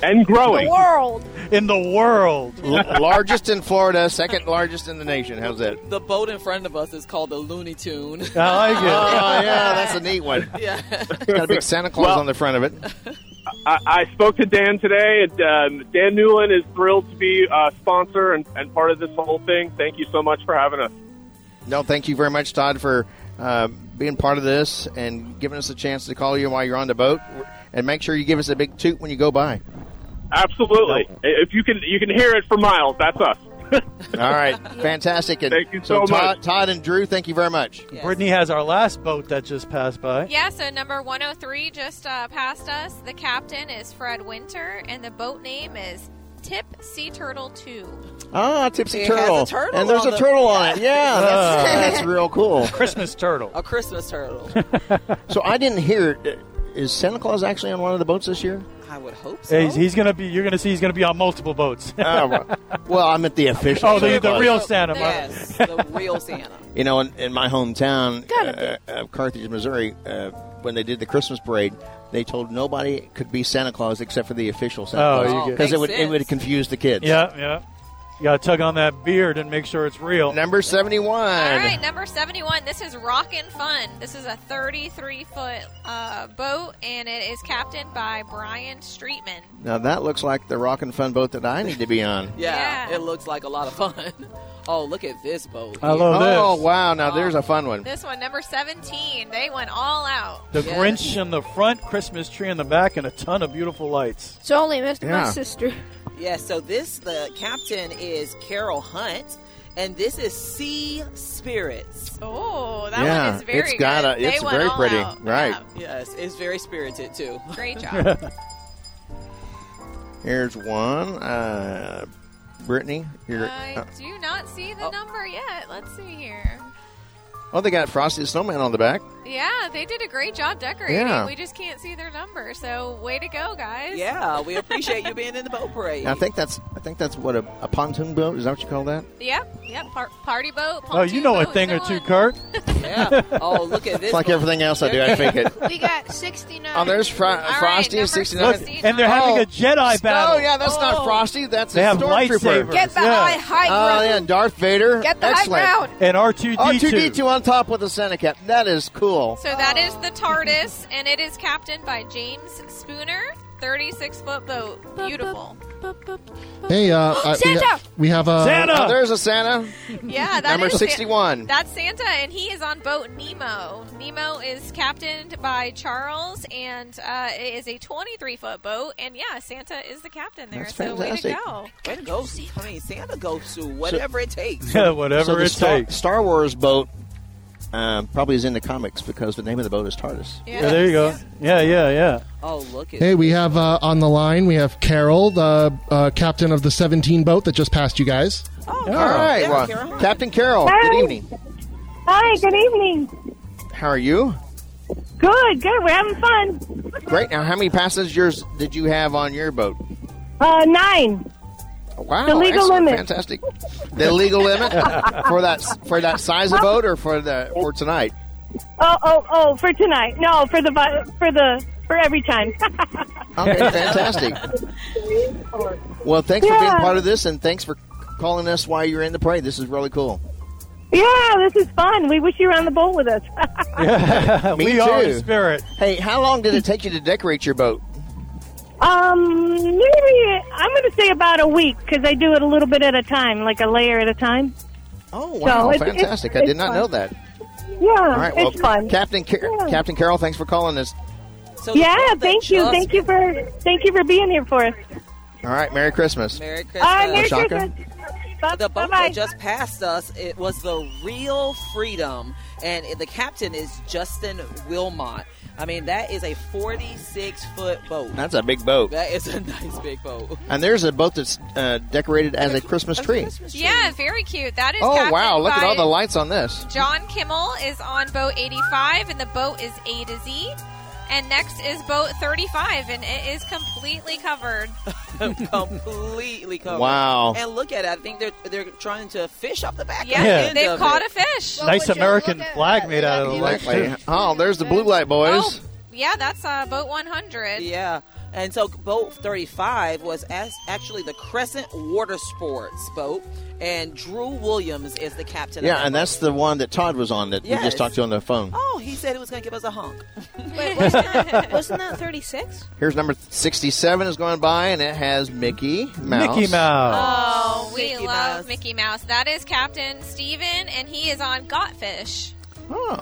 and growing. world. In the [laughs] world. largest in Florida, second largest in the nation. How's that? The boat in front of us is called the Looney Tune. I [laughs] like it. Oh, yeah, that's a neat one. yeah. Got a big Santa Claus Well- on the front of it. I, I spoke to Dan today, and um, Dan Newland is thrilled to be a sponsor and, and part of this whole thing. Thank you so much for having us. No, thank you very much, Todd, for uh, being part of this and giving us a chance to call you while you're on the boat. And make sure you give us a big toot when you go by. Absolutely. If you can, you can hear it for miles. That's us. All [laughs] right, fantastic. And Thank you so Todd, much. Todd and Drew, thank you very much. Brittany has our last boat that just passed by. Yeah, so number 103 just uh, passed us. The captain is Fred Winter, and the boat name is Tip Sea Turtle 2. Ah, Tipsy It has a Turtle. turtle and there's on a the- turtle on it. [laughs] Yeah, that's, that's real cool. [laughs] Christmas [laughs] turtle. A [laughs] Christmas turtle. [laughs] So I didn't hear. uh, Is Santa Claus actually on one of the boats this year? I would hope so. Hey, He's, [laughs] he's gonna be. You're gonna see. He's gonna be on multiple boats. Oh, well- well, I'm at the official. Oh, the- Santa the Claus. real Santa, Mike. [laughs] Yes, the real Santa. You know, in, in my hometown uh, of Carthage, Missouri, uh, when they did the Christmas parade, they told nobody could be Santa Claus except for the official Oh, Santa you Claus Oh, get- because it makes would it sense. would confuse the kids. yeah, yeah. You gotta tug on that beard and make sure it's real. Number seventy-one. All right, number 71. This is Rockin' Fun. This is a 33 foot uh, boat, and it is captained by Brian Streetman. Now that looks like the rockin' fun boat that I need to be on. Yeah, Yeah. it looks like a lot of fun. Oh, look at this boat. I love oh this. wow! Now there's a fun [laughs] one. This one, number 17. They went all out. The Yes. Grinch in the front, Christmas tree in the back, and a ton of beautiful lights. So only missed Yeah. my sister. Yeah, so this, the captain is Carol Hunt, and this is Sea Spirits. Oh, that Yeah, one is very it's got good. a- it's They went very all pretty. out. Right. Yeah, Yes, it's very spirited too. great [laughs] job. Here's one. Uh, Brittany, you're, I uh, do not see the Oh. number yet. Let's see here. oh, they got Frosty the Snowman on the back. Yeah, they did a great job decorating. Yeah. We just can't see their number. So, way to go, guys. Yeah, we appreciate you being in the boat parade. I think that's I think that's what a, a pontoon boat is. That what you call that? Yep. Yep. Par- party boat. Oh, pontoon you know a boat, thing so or two, on. Kurt. [laughs] Yeah. [laughs] Oh, look at this. It's like boat. everything else I do. I think [laughs] it. We got 69. Oh, there's Fro- All right, Frosty number sixty Look, nine. 69. and they're having a Jedi battle. Oh yeah, that's not Oh. Frosty. That's They a have stormtrooper. lightsabers. Get the high Yeah. high Oh ground. yeah, and Darth Vader. Get the Excellent. high ground. And R two R D two D two. two on top with a Santa cap. That is cool. So, that is the TARDIS, and it is captained by James Spooner. 36 foot boat. Beautiful. Hey, uh, I- we, Santa! ha- we have uh, a Santa! Oh, there's a Santa. Yeah, that Number is Sa- sixty one. That's Santa, and he is on boat Nemo. Nemo is captained by Charles, and uh, it is a 23 foot boat. And yeah, Santa is the captain there. That's so way fantastic. to go. Way to go. I mean, Santa goes to whatever it takes. Yeah, [laughs] whatever so the it Star, takes. Star Wars boat um, probably is in the comics because the name of the boat is TARDIS. Yeah, there you go. Yeah, yeah, yeah. Oh, look at Hey, we have uh, on the line. We have Carol, the uh, captain of the 17 boat that just passed you guys. Oh, All right, yeah, well, Carol Hunt. Captain Carol. Good Hi. evening. Hi, good evening. How are you? Good, good. We're having fun. Great. Now, how many passengers did you have on your boat? Uh, nine. Wow, The legal Oh, excellent, limit. fantastic. The legal limit [laughs] for that for that size of boat or for the for tonight. Oh, oh, oh, for tonight. No, for the vi- for the for every time. [laughs] Okay, fantastic. Well, thanks for being Yeah. part of this, and thanks for calling us while you're in the parade. This is really cool. yeah, this is fun. We wish you were on the boat with us. [laughs] Me we too. are in spirit. Hey, how long did it take you to decorate your boat? um, maybe I'm going to say about a week because I do it a little bit at a time, like a layer at a time. Oh, wow, it's- it's- fantastic! I did it's not fun. know that. Yeah, All right, well, it's fun. Captain Car- Yeah. Captain Carol, thanks for calling us. So the boat yeah, that thank you, just- thank you for thank you for being here for us. All right, Merry Christmas. Merry Christmas. Uh, Merry Shaka? Christmas. the bye boat bye. that just passed us, it was the Real Freedom, and the captain is Justin Wilmot. I mean, that is a 46 foot boat. That's a big boat, That is a [laughs] nice big boat. and there's a boat that's uh, decorated as a Christmas tree. Yeah, very cute. That is Oh captained wow! Look at by all the lights on this. John Kimmel is on boat 85, and the boat is A to Z. And next is boat 35, and it is completely covered. completely covered. Wow. And look at it. I think they're they're trying to fish up the back. Yeah, Yeah. they've caught it. a fish. Well, Nice would you American look at flag that? made out of Like the the light. Exactly. Oh, there's the blue light, boys. Oh, yeah, that's uh, boat 100. Yeah. And so boat 35 was as actually the Crescent Water Sports boat, and Drew Williams is the captain. of Yeah, that and boat. that's the one that Todd was on that we Yes. just talked to on the phone. Oh, he said it was going to give us a honk. [laughs] Wait, wasn't that, wasn't that 36? Here's number 67 is going by, and it has Mickey Mouse. Mickey Mouse. Oh, we love Mickey Mouse. That is Captain Steven, and he is on Gotfish.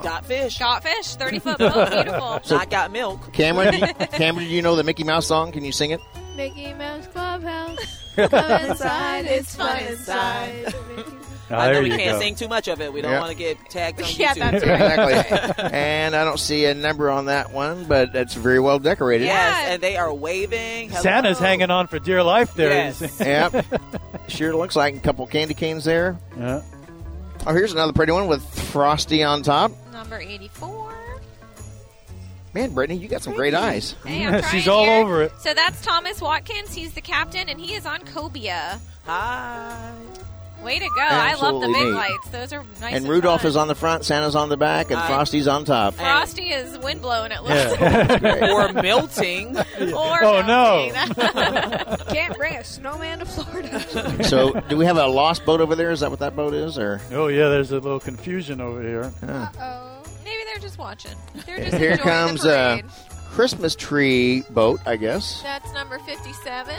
Got fish. Got fish, 30 foot boat, beautiful. [laughs] So- Oh, I got milk. Cameron, [laughs] do you- Cameron, do you know the Mickey Mouse song? Can you sing it? Mickey Mouse Clubhouse. [laughs] Come inside, it's fun inside. Ah, I know there we you can't go. sing too much of it. We don't Yeah. want to get [laughs] tagged on YouTube. Yeah, that's [laughs] exactly. and I don't see a number on that one, but it's very well decorated. Yes, and they are waving. Hello. Santa's hanging on for dear life there. [laughs] Yes. yep. Sure looks like a couple candy canes there. Yeah. Oh, here's another pretty one with Frosty on top. Number [laughs] 84. Man, Brittany, you got some great eyes. Hey, [laughs] I'm She's trying all here. over it. So that's Thomas Watkins. He's the captain, and he is on Cobia. Hi. Way to go. I love the Absolutely big neat. lights. Those are nice. and Rudolph fun. is on the front, Santa's on the back, and I- Frosty's on top. Frosty is windblowing, it looks [laughs] Yeah. [laughs] or melting. like. Or oh no. [laughs] Can't bring a snowman to Florida. so, do we have a lost boat over there? Is that what that boat is? Or Oh yeah, there's a little confusion over here. Oh. Maybe they're just watching. They're just here enjoying the comes parade. a Christmas tree boat, I guess. That's number 57.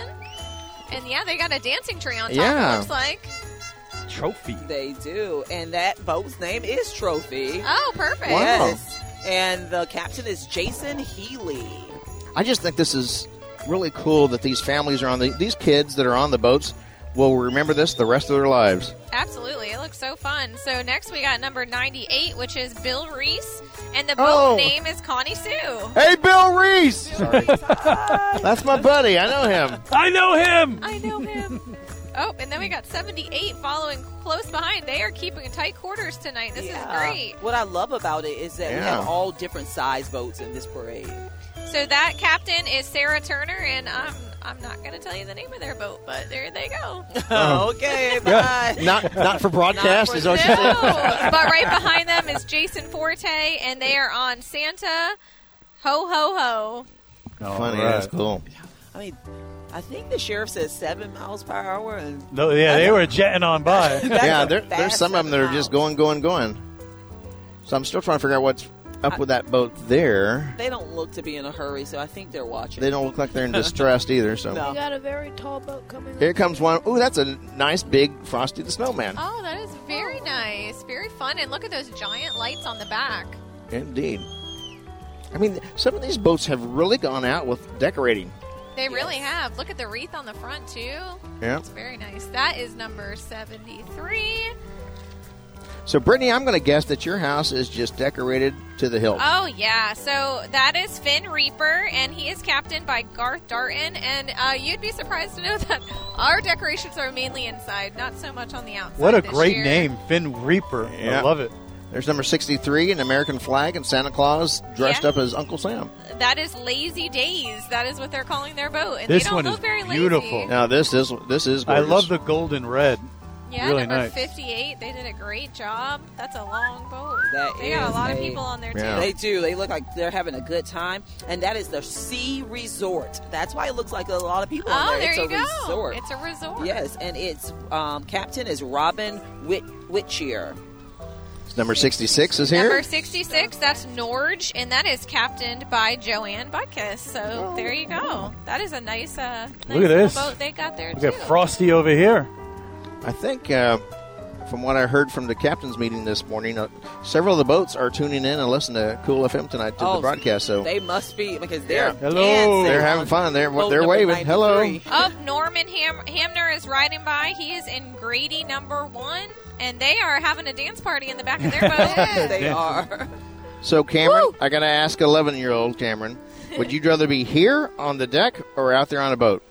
And yeah, they got a dancing tree on top, Yeah. it looks like. Trophy. They do. And that boat's name is Trophy. Oh, perfect. Wow. Yes. And the captain is Jason Healy. I just think this is really cool that these families are on the these kids that are on the boats will remember this the rest of their lives. Absolutely. It looks so fun. So next we got number 98, which is Bill Reese. And the boat Oh. name is Connie Sue. Hey, Bill Reese! Sorry. [laughs] That's my buddy. I know him. I [laughs] know him. I know him. oh, and then we got 78 following close behind. They are keeping tight quarters tonight. This Yeah. is great. What I love about it is that we Yeah. have all different size boats in this parade. So that captain is Sarah Turner, and I'm I'm not going to tell you the name of their boat, but there they go. okay, bye. Oh. Not not for broadcast. Not for is what you No, said. but right behind them is Jason Forte, and they are on Santa. Ho ho ho! [laughs] Funny. That's cool. I mean, I think the sheriff says seven miles per hour, and No, yeah, they were jetting on by. [laughs] that's yeah, a there, fast there's some of them that are seven just miles. going, going, going. So I'm still trying to figure out what's up with that boat there. They don't look to be in a hurry, so I think they're watching. They don't look like they're [laughs] in distress either. So No. We got a very tall boat coming here up. comes one. Ooh, that's a nice big Frosty the Snowman. Oh, that is very nice, very fun, and look at those giant lights on the back. Indeed. I mean, some of these boats have really gone out with decorating. They really have. Look at the wreath on the front too. Yeah. It's very nice. That is number seventy-three. So, Brittany, I'm going to guess that your house is just decorated to the hilt. Oh yeah, so that is Finn Reaper, and he is captained by Garth Darton. And uh, you'd be surprised to know [laughs] that our decorations are mainly inside, not so much on the outside. What a this great year. name, Finn Reaper. Yeah. I love it. There's number 63, an American flag, and Santa Claus dressed Yeah. up as Uncle Sam. That is Lazy Days. That is what they're calling their boat, and This they don't one look is very beautiful. lazy. Now, this is this is. I Gorgeous. love the golden red. Yeah, Really number nice. fifty-eight. They did a great job. That's a long boat. That they got a is lot of a- people on there Yeah. too. They do. They look like they're having a good time, and that is the Sea Resort. That's why it looks like a lot of people. on Oh, there. there it's you a go. Resort. It's a resort. yes, and its um, captain is Robin Whit- Whitchier. Number 66 is here. Number 66, that's Norge, and that is captained by Joanne Buckus. So Oh. there you go. That is a nice, uh, nice Look at little this. boat they got there, Look too. at Frosty over here. I think, uh, from what I heard from the captain's meeting this morning, uh, several of the boats are tuning in and listening to Cool FM tonight to the broadcast. So Oh, they must be because they're Yeah. Hello. dancing they're having on fun. They're boat they're number waving. Hello. 93. Up, Oh, Norman Ham- Hamner is riding by. He is in Grady number one, and they are having a dance party in the back [laughs] of their boat. They are. So Cameron, I got to ask 11 year old Cameron, would you rather be here on the deck or out there on a boat?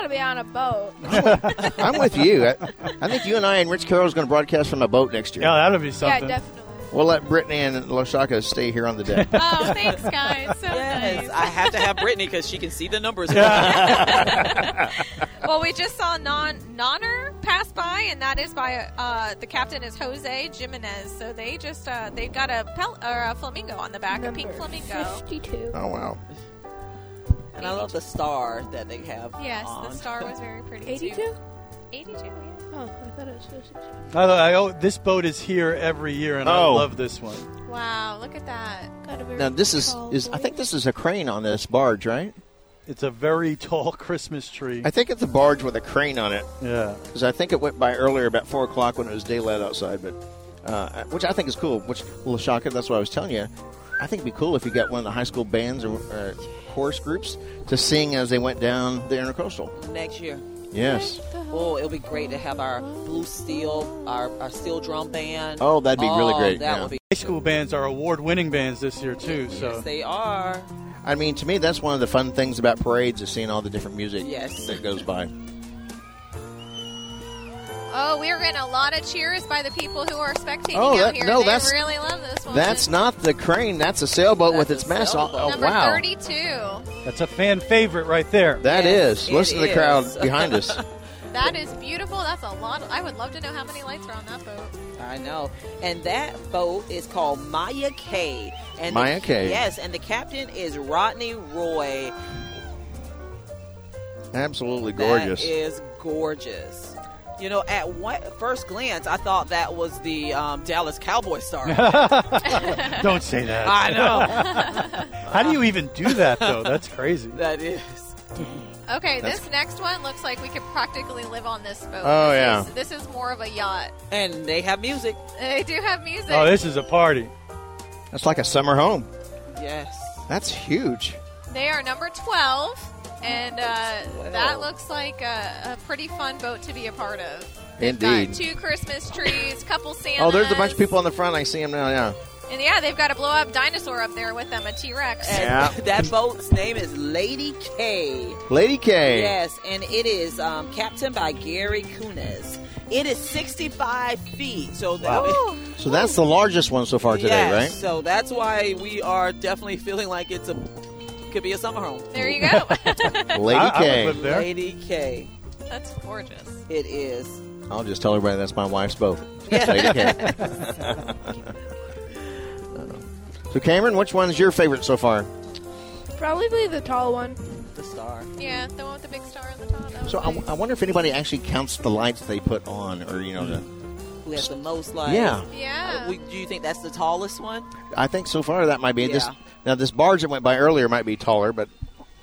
Gotta be on a boat. [laughs] I'm with you. I, I think you and I and Rich Carroll is going to broadcast from a boat next year. Yeah, that'll be yeah, something. definitely. We'll let Brittany and Loshaka stay here on the deck. oh, thanks, guys. So Yes, nice. I have to have Brittany because she can see the numbers. [laughs] Well, we just saw Non Nonner pass by, and that is by uh, the captain is Jose Jimenez. So they just uh, they've got a, pel- or a flamingo on the back, a pink Number flamingo. 52. Oh wow. And I love the star that they have. Yes, the on. star was very pretty. 82? 82, yeah. Oh, I thought it was 52. I, I, oh, this boat is here every year, and Oh. I love this one. Wow, look at that. Now this is is I think this is a crane on this barge, right? It's a very tall Christmas tree. I think it's a barge with a crane on it. Yeah. Because I think it went by earlier about four o'clock when it was daylight outside, but uh, which I think is cool. Which little shocker, that's what I was telling you. I think it'd be cool if you got one of the high school bands or, or chorus groups to sing as they went down the intercoastal. Next year. Yes. Oh, it'll be great to have our blue steel, our, our steel drum band. Oh, that'd be really Oh, great, That yeah. would be. High school bands are award-winning bands this year too. So They are. I mean, to me, that's one of the fun things about parades is seeing all the different music Yes. that goes by. Oh, we are getting a lot of cheers by the people who are spectating Oh, out that- here. no, they that's- really love this one. That's not the crane. That's a sailboat with its mast. on. Oh, Number wow. 32. that's a fan favorite right there. That is. it Listen to the is. [laughs] crowd behind us. That is beautiful. That's a lot. I would love to know how many lights are on that boat. I know. And that boat is called Maya K. And Maya the, Kay. Yes, and the captain is Rodney Roy. Absolutely gorgeous. That is gorgeous. You know, at one, first glance, I thought that was the um, Dallas [laughs] Cowboy star. [laughs] Don't say that. I know. [laughs] How do you even do that though? That's crazy. [laughs] that is. Okay, That's- this next one looks like we could practically live on this boat. Oh, This yeah. is- this is more of a yacht. And they have music. They do have music. Oh, this is a party. That's like a summer home. Yes. That's huge. They are number 12, and uh, that looks like a, a pretty fun boat to be a part of. They've got Indeed. two Christmas trees, couple salmon. Oh, there's a bunch of people on the front. I see them now. Yeah. And yeah, they've got a blow up dinosaur up there with them, a T Rex. Yeah. [laughs] That boat's name is Lady K. Lady K. Yes, and it is um, captained by Gary Kunis. It is 65 feet, so that Wow. So that's the largest one so far today, Yes, right? [laughs] So that's why we are definitely feeling like it's a could be a summer home. There you go. [laughs] [laughs] Lady I- I would K. live there. Lady K. That's gorgeous. It is. I'll just tell everybody that's my wife's boat. Yeah. Lady K. so, Cameron, which one is your favorite so far? Probably the tall one. The star. Yeah, the one with the big star on the top. That was So, I, nice. I wonder if anybody actually counts the lights they put on, or you know, the, Who has the most lights? Yeah. Yeah. Uh, we- do you think that's the tallest one? I think so far that might be this. Yeah. Now, this barge that went by earlier might be taller, but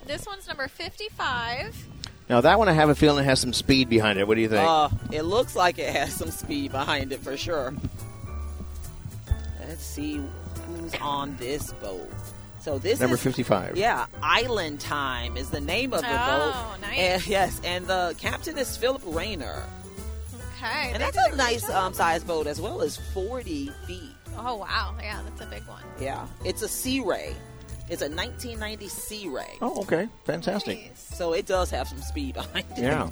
this one's number 55. now that one I have a feeling has some speed behind it. What do you think? Uh, it looks like it has some speed behind it for sure. Let's see who's on this boat. So this Number is- 55. Yeah, Island Time is the name of the boat. Oh, nice. And- yes, and the captain is Philip Rayner, Okay. and they that's did a nice great um, job. size boat as well as forty feet. Oh, wow. Yeah, that's a big one. Yeah, it's a Sea Ray. It's a 1990 Sea Ray. oh, okay, fantastic. Nice. So it does have some speed behind it. [laughs] Yeah.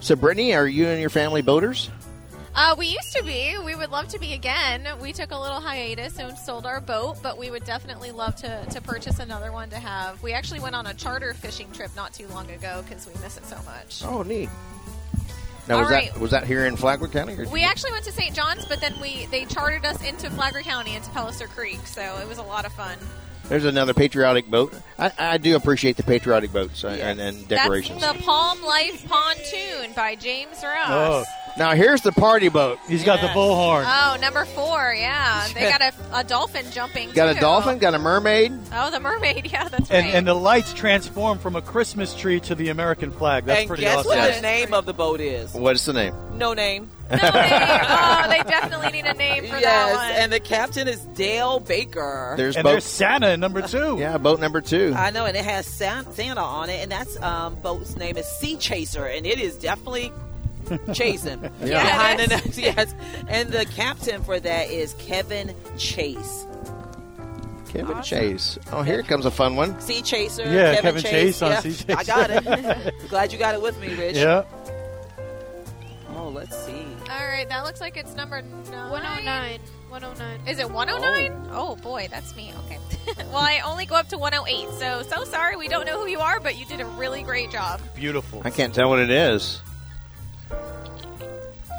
So, Brittany, are you and your family boaters? Uh, we used to be. We would love to be again. We took a little hiatus and sold our boat, but we would definitely love to, to purchase another one to have. We actually went on a charter fishing trip not too long ago because we miss it so much. Oh, neat. Now, was All right. that was that here in Flagler County? Or We actually went to St. John's, but then we they chartered us into Flagler County into Pelliser Creek, so it was a lot of fun. There's another patriotic boat. I, I do appreciate the patriotic boats uh, and, and decorations. That's the Palm Life Pontoon by James Oh, Ross. now, here's the party boat. he's got the bullhorn. Oh, number four, yeah. They got a, a dolphin jumping. Got too. a dolphin, got a mermaid. Oh, the mermaid. [laughs] Yeah, that's And, right. and the lights transform from a Christmas tree to the American flag. That's and pretty guess awesome. what the name of the boat is? What's the name? No name. [laughs] No name. Oh, they definitely need a name for yes, that one. and the captain is Dale Baker. There's and boat. there's Santa in number two. yeah, boat number two. I know, and it has San- Santa on it, and that's um, boat's name is Sea Chaser, and it [laughs] is definitely chasing Yeah. behind the net. [laughs] Yes, and the captain for that is Kevin Chase. Kevin Chase. Oh, here comes a fun one. Sea Chaser. Yeah, Kevin, Kevin Chase on yeah, [laughs] Sea Chaser. [laughs] I got it. [laughs] Glad you got it with me, Rich. Yeah. Oh, let's see. All right, that looks like it's number nine. 109. 109. Is it 109? Oh. boy, that's me. Okay. [laughs] well, I only go up to 108, so so sorry. We don't know who you are, but you did a really great job. Beautiful. I can't tell what it is.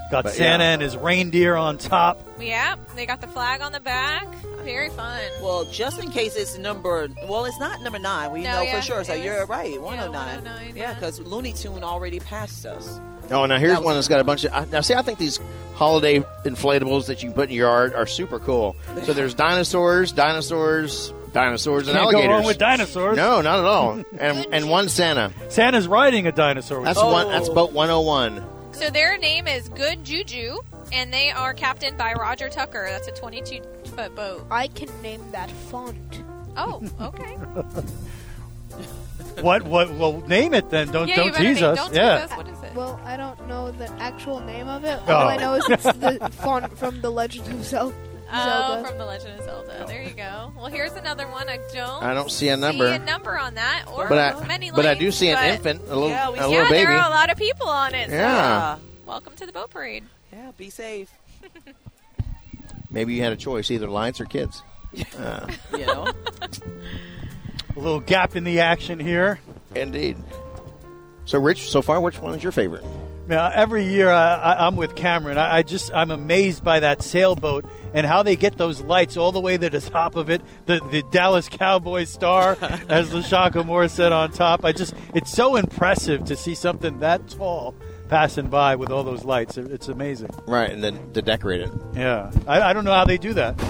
Got But Santa yeah. and his reindeer on top. [laughs] Yeah, they got the flag on the back. very fun. Well, just in case it's number, well, it's not number nine. We No, know yeah, for sure. So it you're was- right, yeah, 109. Yeah, because Looney Tune already passed us. Oh, now here's one that's got a bunch of. I- Now, see, I think these holiday inflatables that you put in your yard are super cool. So [laughs] there's dinosaurs, dinosaurs, dinosaurs, and Can't go alligators. wrong with dinosaurs. No, not at all. And and one Santa. Santa's riding a dinosaur. That's Oh. one. That's boat 101. So their name is Good Juju, and they are captained by Roger Tucker. That's a 22 foot boat. I can name that font. Oh, okay. What? What? Well, name it then. Don't Yeah, you don't better tease name- us. don't tease yeah. What is it? Well, I don't know the actual name of it. Oh. All I know is [laughs] it's the font from The Legend of Zel- Oh, Zelda. from The Legend of Zelda. There you go. Well, here's another one. I don't. I don't see a number. a number on that, or But I- many but I lanes, do see an but- infant, a little- yeah, we see- a little yeah, There baby. are a lot of people on it. so, Yeah. uh, welcome to the boat parade. Yeah, be [laughs] safe. Maybe you had a choice, either lions [laughs] or kids. Uh, You know, [laughs] A little gap in the action here. Indeed. so, Rich, so far, which one is your favorite? Now, every year I, I, I'm with Cameron. I, I just I'm amazed by that sailboat and how they get those lights all the way to the top of it. The the Dallas Cowboys star, as Lashaka Moore said on top. I just it's so impressive to see something that tall passing by with all those lights. It- it's amazing. Right, and then to decorate it. Yeah, I, I don't know how they do that.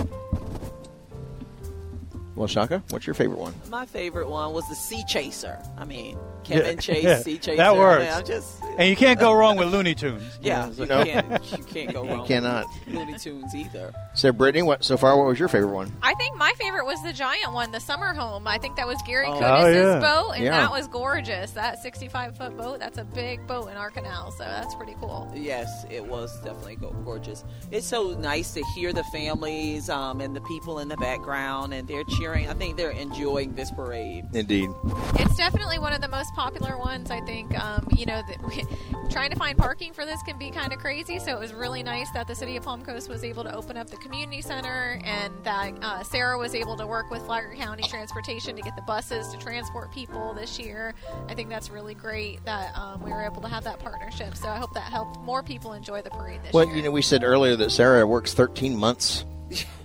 Well, Shaka, what's your favorite one? my favorite one was the Sea Chaser. I mean, Kevin Yeah, Chase, yeah, Sea Chaser. I That mean, works. I'm just, and you can't go wrong with Looney Tunes. [laughs] yeah, you, No. [laughs] can't, you can't go [laughs] You wrong. cannot. With Looney Tunes either. So, Brittany, what, so far, what was your favorite one? I think my favorite was the giant one, the summer home. I think that was Gary Oh. oh. Oh, yeah. boat, and Yeah. that was gorgeous. That 65 foot boat, that's a big boat in our canal, so that's pretty cool. Yes, it was definitely go- gorgeous. It's so nice to hear the families um, and the people in the background, and they're cheering. I think they're enjoying this parade. Indeed. It's definitely one of the most popular ones, I think. Um, you know, the, [laughs] trying to find parking for this can be kind of crazy, so it was really nice that the city of Palm Coast was able to open up the community center and that uh, Sarah was able to work with Flagler County Transportation to get the buses to transport people this year. I think that's really great that um, we were able to have that partnership, so I hope that helped more people enjoy the parade this Well, year. you know, we said earlier that Sarah works 13 [laughs] months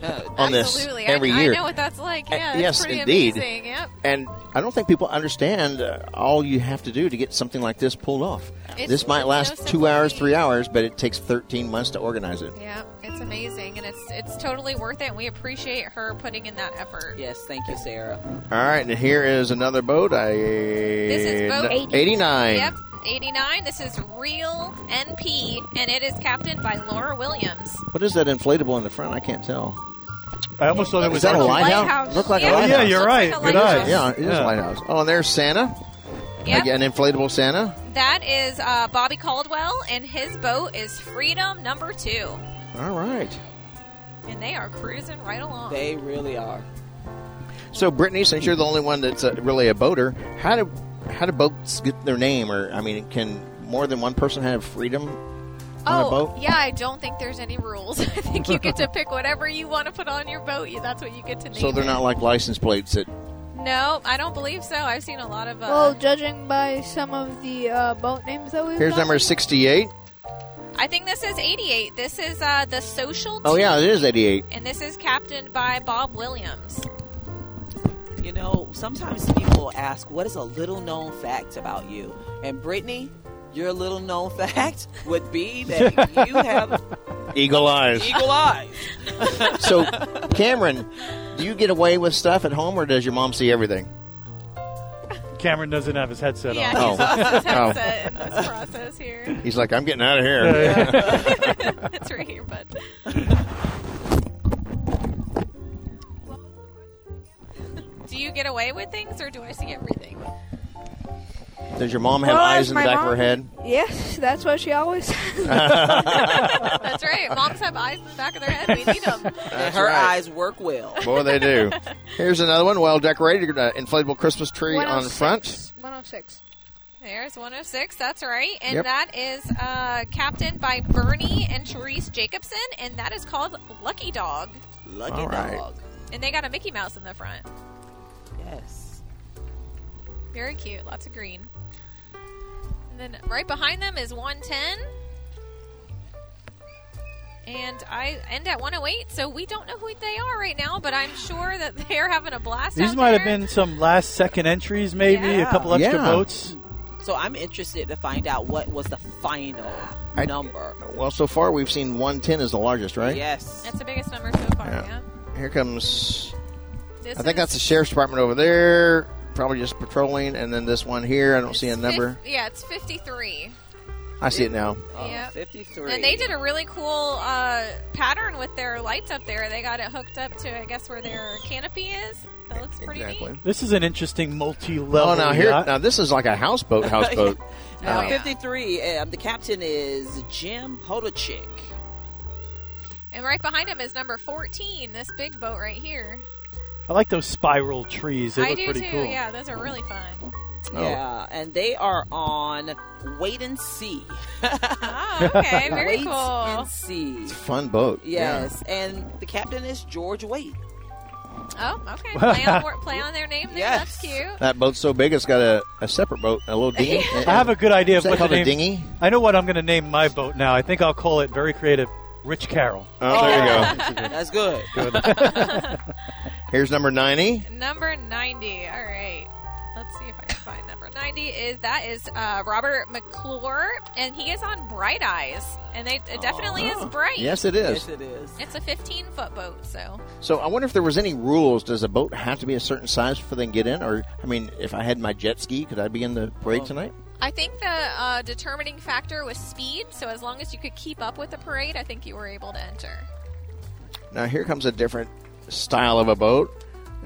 Uh, on this Absolutely. every I, year. I know what that's like. Uh, Yeah, yes, it's pretty indeed. amazing. Yep. And I don't think people understand uh, all you have to do to get something like this pulled off. It's- this might it's last no two simple hours, feat. three hours, but it takes 13 months to organize it. Yeah, it's amazing, and it's it's totally worth it. And we appreciate her putting in that effort. Yes, thank you, Sarah. All right, and here is another boat. I This is boat 89. Yep, eighty nine. This is real NP, and it is captained by Laura Williams. What is that inflatable in the front? I can't tell. I almost thought it Is was Oh, that a like a lighthouse? lighthouse. Look like Yeah, a it lighthouse. looks Yeah, you're like a right. Good lighthouse. eyes. Yeah, it is Yeah. a lighthouse. Oh, and there's Santa. Yep. Again, an inflatable Santa. That is uh, Bobby Caldwell, and his boat is Freedom Number Two, All right. and they are cruising right along. They really are. So, Brittany, since you're the only one that's uh really a boater, how do how do boats get their name? Or I mean, can more than one person have freedom on a Oh, boat? yeah, I don't think there's any rules. [laughs] I think you [laughs] get to pick whatever you want to put on your boat. You- That's what you get to name. So they're it. not like license plates that No, I don't believe so. I've seen a lot of. Uh, Well, judging by some of the uh, boat names that we've Here's gotten, number 68. I think this is 88. This is uh, the social. Oh, yeah, it Team, is 88. And this is captained by Bob Williams. You know, sometimes people ask, "What is a little known fact about you?" And Brittany, your little known [laughs] fact would be that you have [laughs] Eagle eyes. eagle eyes. [laughs] [laughs] so, Cameron, do you get away with stuff at home or does your mom see everything? Cameron doesn't have his headset Yeah, Oh. he's lost his [laughs] Oh. headset in this process here. He's like, I'm getting out of here. [laughs] [laughs] it's right here, bud. do you get away with things, or do I see everything? Does your mom Oh, have Well, that's eyes in the my back of mom. her head? Yes, that's what she always [laughs] says. That's right. Moms have eyes in the back of their head. We need them. [laughs] And her eyes work well. Boy, they do. Here's another one, well decorated, uh, inflatable Christmas tree on 106. front. 106. There's 106. That's right. And Yep. that is uh, captained by Bernie and Therese Jacobson, and that is called Lucky Dog. Lucky All right. dog. And they got a Mickey Mouse in the front. Yes. Very cute. Lots of green. And then right behind them is 110. And I end at 108, so we don't know who they are right now, but I'm sure that [laughs] they're having a blast. These out might have there. been some last second entries, maybe a couple extra Yeah. votes. So I'm interested to find out what was the final I- number. Well, so far we've seen 110 is the largest, right? Yes. That's the biggest number so far. Yeah. Yeah. Here comes. This I think that's the sheriff's department over there. Probably just patrolling, and then this one here. I don't see a number. Fif- yeah, it's 53. I see it now. Oh, yeah. 53. And they [laughs] did a really cool uh, pattern with their lights up there. They got it hooked up to, I guess, where their canopy is. That looks pretty neat. This is an interesting multi-level. Oh, now here, yacht. now this is like a [laughs] houseboat. Houseboat. Now, Uh, 53, um, the captain is Jim Podolchik. And right behind him is number 14, this big boat right here. I like those spiral trees. They I look do pretty too. cool. Yeah, those are really fun. Oh. Yeah, and they are on Wait and See. Ah, [laughs] okay, very Wait cool. and See. It's a fun boat. Yes, and the captain is George Wait. Oh, [laughs] okay. Play on, wor- play on their name there. That's cute. Yeah. Uh, That boat's so big, it's got a, a separate boat, a little [laughs] dinghy. I have a good idea Is of that what called the a name. dinghy? I know what I'm going to name my boat now. I think I'll call it very creative. Rich Carroll. Oh, there you [laughs] go. [laughs] That's good. [laughs] Here's number 90. Number 90. All right. Let's see if I can find number 90 is that is uh, Robert McClure and he is on Bright Eyes and they it definitely is bright. Yes, it is. Oh. Yes, it is. It's a 15 foot boat, so So I wonder if there was any rules. Does a boat have to be a certain size before they can get in? Or, I mean, if I had my jet ski, could I be in the Oh. parade tonight? I think the uh, determining factor was speed. So as long as you could keep up with the parade, I think you were able to enter. Now, here comes a different style of a boat.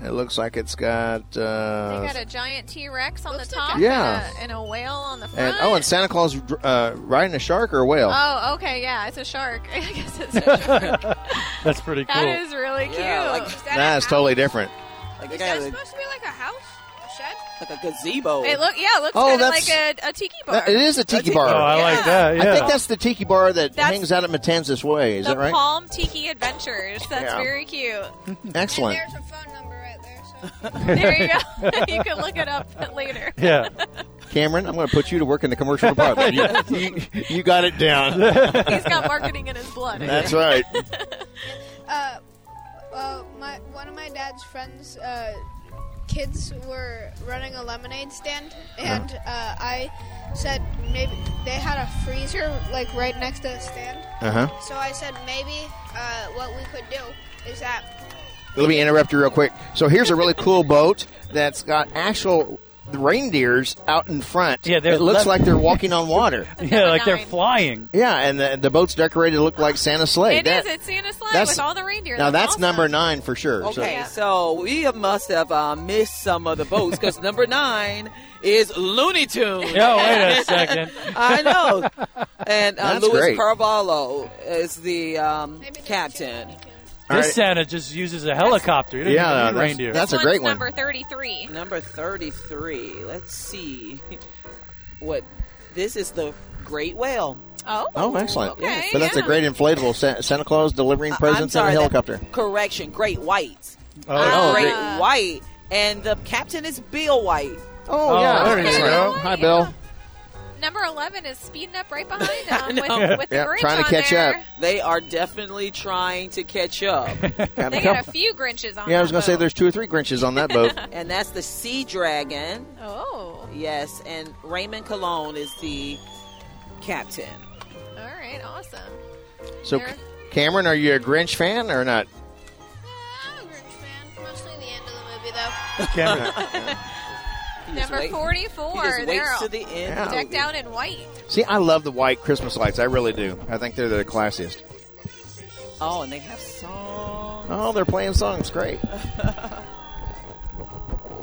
It looks like it's got. Uh, they got a giant T Rex on the top, Yeah. and, a, and a whale on the front. and, oh, and Santa Claus uh, riding a shark or a whale. [laughs] Oh, okay, yeah, it's a shark. [laughs] I guess it's a shark. [laughs] That's pretty cool. That is really cute. Yeah, like- That's totally different. Like, Is they got that a, supposed to be like a house? A shed? like a gazebo. It look, yeah, it looks Oh, kind of that's- like a, a tiki bar. That- it is a tiki bar. Oh, I like that. Yeah. I think that's the tiki bar that That's- hangs out at Matanzas Way. Is the that right? Palm Tiki Adventures. That's Yeah. very cute. [laughs] Excellent. There's a phone number right there. [laughs] There you go. [laughs] [laughs] you can look it up later. [laughs] Yeah. Cameron, I'm going to put you to work in the commercial department. You, you- you got it down. [laughs] He's [laughs] got marketing in his blood. I That's think. [laughs] right. [laughs] Uh, well, my one of my dad's friends' uh, kids were running a lemonade stand, Uh-huh. and uh, I said maybe they had a freezer like right next to the stand. Uh-huh. So I said maybe uh, what we could do is that Let me interrupt you real quick. So here's a really cool boat that's got actual reindeers out in front. Yeah, they're it looks left- like they're walking on water. [laughs] yeah, like they're flying. Yeah, and the, the boat's decorated to look like Santa's sleigh. It is. That- It's Santa sleigh that's- with all the reindeer. now that's awesome. number nine for sure. So- Okay, so we must have uh, missed some of the votes because [laughs] number nine is Looney Tunes. Yeah, wait a second. [laughs] I know. And uh, That's Luis great. Carvalho is the um, captain. All This right. Santa just uses a helicopter. He doesn't Yeah, even need that's- reindeer. that's a This great one's Number 33. Number 33. Let's see what this is the great whale. Oh. Oh, excellent. Okay, but that's a yeah. great inflatable Sa- Santa Claus delivering presents I'm sorry, in a that- helicopter. correction, great white. Oh, Oh, great great. white. And the captain is Bill White. Oh, yeah, there he is. Hi, Bill. Number 11 is speeding up right behind [laughs] him with, with the Grinch on there. up. They are definitely trying to catch up. They got a few Grinches on Yeah, I was that going to say boat. there's two or three Grinches on that [laughs] boat. and [laughs] that's the sea dragon. Oh. Yes, and Raymond Cologne is the captain. All right, awesome. So, There. Cameron, are you a Grinch fan or not? I'm a Grinch fan. Mostly the end of the movie, though. [laughs] Cameron. just Number wait- 44. he just waits They're to the end. Yeah. decked out in white. See, I love the white Christmas lights. I really do. I think they're the classiest. Oh, and they have [laughs] songs. Oh, they're playing songs. Great.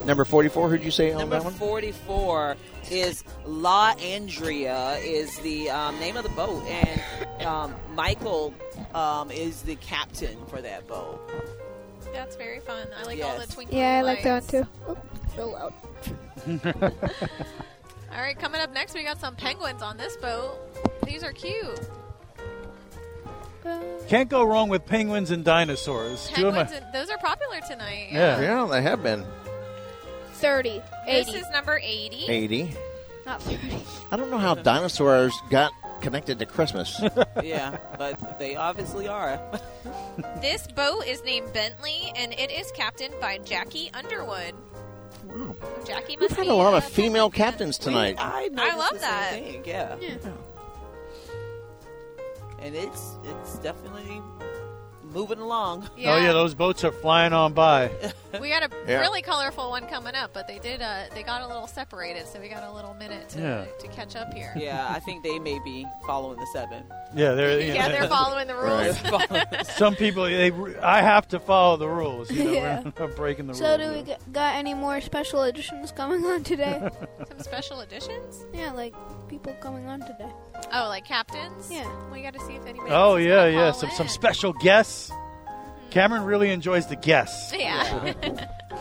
Number 44, who'd you say on Number that one? 44 is La Andrea is the um, name of the boat, and um, Michael um, is the captain for that boat. That's very fun. I like all the Yes. twinkling yeah, I like that lights. one too. Oh, so loud. All right, coming up next, we got some penguins on this boat. These are cute. [laughs] Can't go wrong with penguins and dinosaurs. Two of my- Penguins, and- those are popular tonight. Yeah. Yeah, they have been. 30, This is number 80. 80. Not 30. I don't know how dinosaurs got connected [laughs] to Christmas. yeah, but they obviously are. This boat is named Bentley, and it is captained by Jackie Underwood. Jackie We've must had be a lot uh, of female captains tonight. I, I noticed love the same that. thing, yeah. and it's it's definitely moving along. Oh yeah, those boats are flying on by. We got a Yeah. really colorful one coming up, but they did. Uh, they got a little separated, so we got a little minute to, Yeah. to catch up here. Yeah, I think they may be following the seven. Yeah, they're you Yeah, know, they're following the [laughs] rules. Some people, they, I have to follow the rules. You know, Yeah. we're [laughs] breaking the So, rules. do we g- got any more special editions coming on [laughs] today? Some special editions? Yeah, like people coming on today. Oh, like captains? Yeah. We got to see if anybody. Oh else is yeah, gonna yeah. call Some in. some special guests. Cameron really enjoys the guests. Yeah.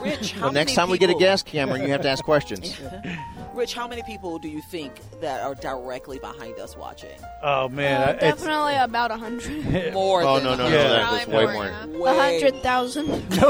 Rich, how Well, next many time we get a people- guest, Cameron, you have to ask [laughs] [laughs] questions. Rich, how many people do you think that are directly behind us watching? Oh man, I- it's [laughs] Definitely about a [laughs] hundred. More Oh than no, no, no, Yeah. that was way more. A hundred [laughs] thousand. [laughs]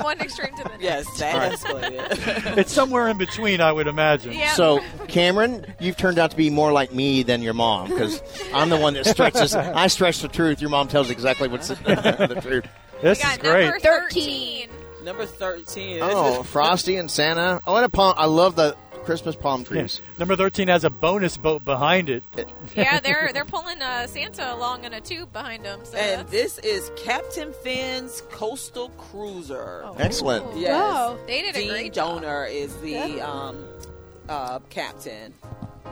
One extreme to the next. Yes, that [laughs] escalated. it's somewhere in between, I would imagine. Yeah. So, Cameron, you've turned out to be more like me than your mom because I'm the one that stretches. I stretch the truth. Your mom tells exactly what's [laughs] the, the truth. This got is great. Number 13. Number thirteen. Oh, Frosty and Santa. Oh, and a palm. I love the Christmas palm trees. Number thirteen has a bonus boat behind it. Yeah, they're they're pulling uh, Santa along in a tube behind them. So And that's- this is Captain Finn's coastal cruiser. Excellent. Yes. Wow. Oh. They did a Dean great Joner is the um, uh, captain.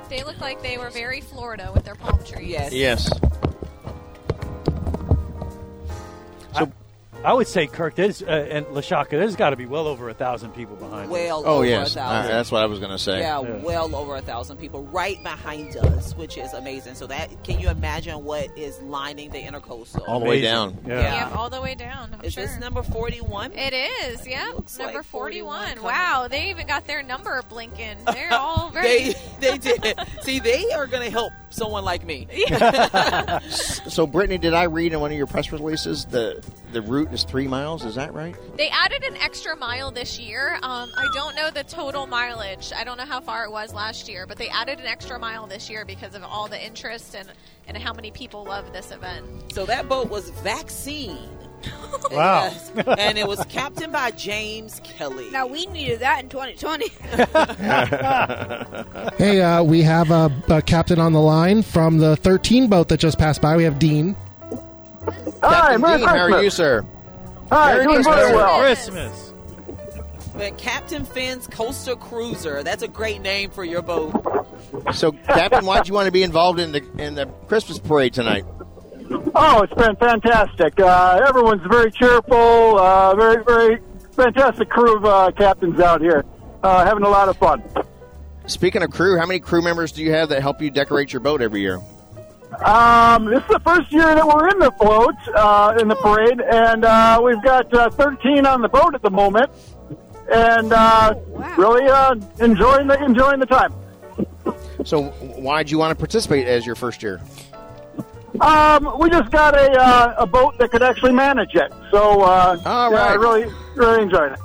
they look like they were very Florida with their palm trees. Yes. Yes. So, I, would say Kirk, there's uh, and Lashaka, there's got to be well over a thousand people behind. Well us. Oh over yes, a All right, thousand. that's what I was going to say. Yeah, [laughs] well over a thousand people right behind us, which is amazing. So that can you imagine what is lining the intercoastal? All the way Amazing. down. Yeah. Yeah. Yep, all the way down. I'm Is sure. this number forty-one? It is. Yeah, number like 41 forty-one. coming. Wow, they even got their number [laughs] blinking. They're all very. They they did. [laughs] See, they are going to help someone like me. So, Brittany, did I read in one of your press releases the the route is three miles? Is that right? They added an extra mile this year. Um, I don't know the total mileage. I don't know how far it was last year, but they added an extra mile this year because of all the interest and, and how many people love this event. [laughs] So that boat was vaccine. uh, Wow. Yes. and it was captained by James Kelly. Now we needed that in [laughs] 2020. Hey, uh, we have a, a captain on the line from the 13 boat that just passed by. We have [laughs] Dean. Captain Merry Dean, how are Christmas. you, sir? Hi, Merry doing Christmas, very sir. well. Christmas. But Captain Finn's Coastal Cruiser. That's a great name for your boat. [laughs] So, Captain, why'd you want to be involved in the in the Christmas parade tonight? Oh, it's been fantastic. Uh, everyone's very cheerful. Uh, very, very fantastic crew of uh, captains out here. Uh, having a lot of fun. Speaking of crew, how many crew members do you have that help you decorate your boat every year? Um, this is the first year that we're in the float, uh, in the parade, and uh, we've got uh, 13 on the boat at the moment, and Oh, uh, really uh, enjoying the enjoying the time. So, why'd you want to participate as your first year? Um, we just got a uh, a boat that could actually manage it, so uh, yeah, I right. really really enjoyed it.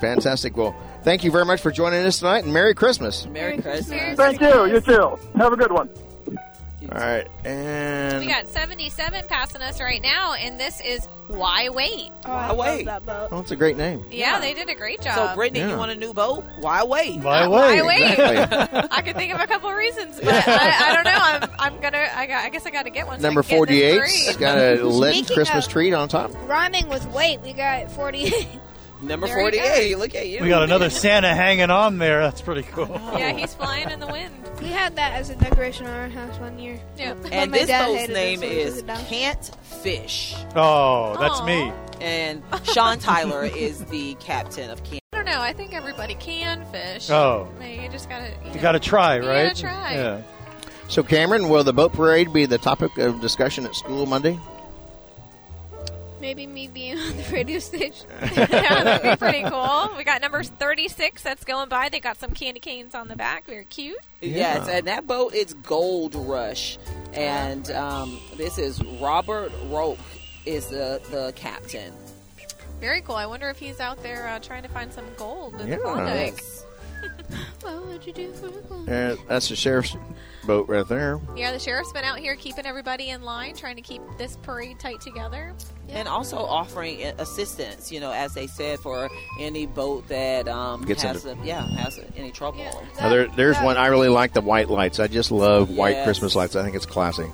Fantastic. Well, thank you very much for joining us tonight, and Merry Christmas. Merry Christmas. Thank you. You too. Have a good one. All right, and We Mm. got 77 passing us right now, and this is Why Wait. Why Wait? oh, that's a great name. Yeah, they did a great job. So, Brittany, you Yeah. want a new boat? Why wait? Why Uh, why wait? [laughs] Exactly. I could think of a couple reasons, but I, I don't know. I'm, I'm gonna. I, got, I guess I got to get one. so I Number can get in this forty-eight's parade. got a lit Speaking Christmas of- tree on top. Rhyming with wait, we got 48. Number There you go. 48. Look at you. We got another Santa hanging on there. That's pretty cool. [laughs] Yeah, he's flying in the wind. We had that as a decoration on our house one year. Yeah. [laughs] And my this dad boat's hated name it, so we took is it down. Can't Fish. Oh, that's me. And Sean Tyler is the captain of Can't. I don't know. I think everybody can fish. Oh. I mean, you just gotta. You, You know. gotta try, You right? gotta try. Yeah. So, Cameron, will the boat parade be the topic of discussion at school Monday? Maybe me being on the radio station. yeah, [laughs] that'd be pretty cool. We got number 36 that's going by. They got some candy canes on the back. Very cute. Yes, and that boat is Gold Rush, and um, this is Robert Roke is the the captain. Very cool. I wonder if he's out there uh, trying to find some gold in [laughs] Yeah. the Klondike. what would you do for a Mm. Uh, that's the sheriff's boat right there. Yeah, the sheriff's been out here keeping everybody in line, trying to keep this parade tight together. And also offering i- assistance, you know, as they said, for any boat that um, Gets has into- a, yeah has any trouble. Now, there, there's one I really like the white lights. I just love white Yes. Christmas lights. I think it's classy.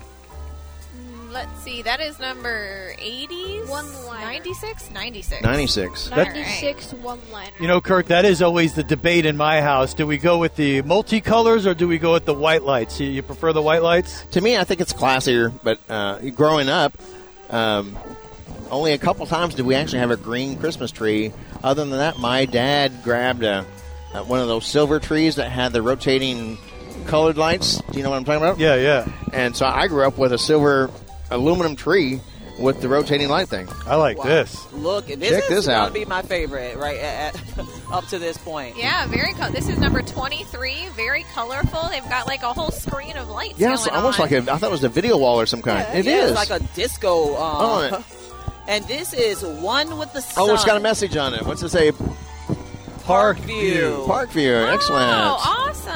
Let's see, that is number 80s? 96? 96. 96. All right. 96 one liner. You know, Kirk, that is always the debate in my house. Do we go with the multicolors or do we go with the white lights? You, you prefer the white lights? To me, I think it's classier. But uh, growing up, um, only a couple times did we actually have a green Christmas tree. Other than that, my dad grabbed a, uh one of those silver trees that had the rotating colored lights. Do you know what I'm talking about? Yeah, yeah. And so I grew up with a silver aluminum tree with the rotating light thing. I like Wow. this. Look, this Check is this gonna out. be my favorite, right? At, at- [laughs] up to this point, Yeah, very cool. This is number 23. Very colorful. They've got like a whole screen of lights. Yeah, it's going almost on. like a, I thought it was a video wall or some kind. It is. Yeah, it's like a disco. Um, Oh, it- [laughs] and this is one with the sun. Oh, it's got a message on it. What's it say? Park View. Park View. Excellent. Oh, awesome.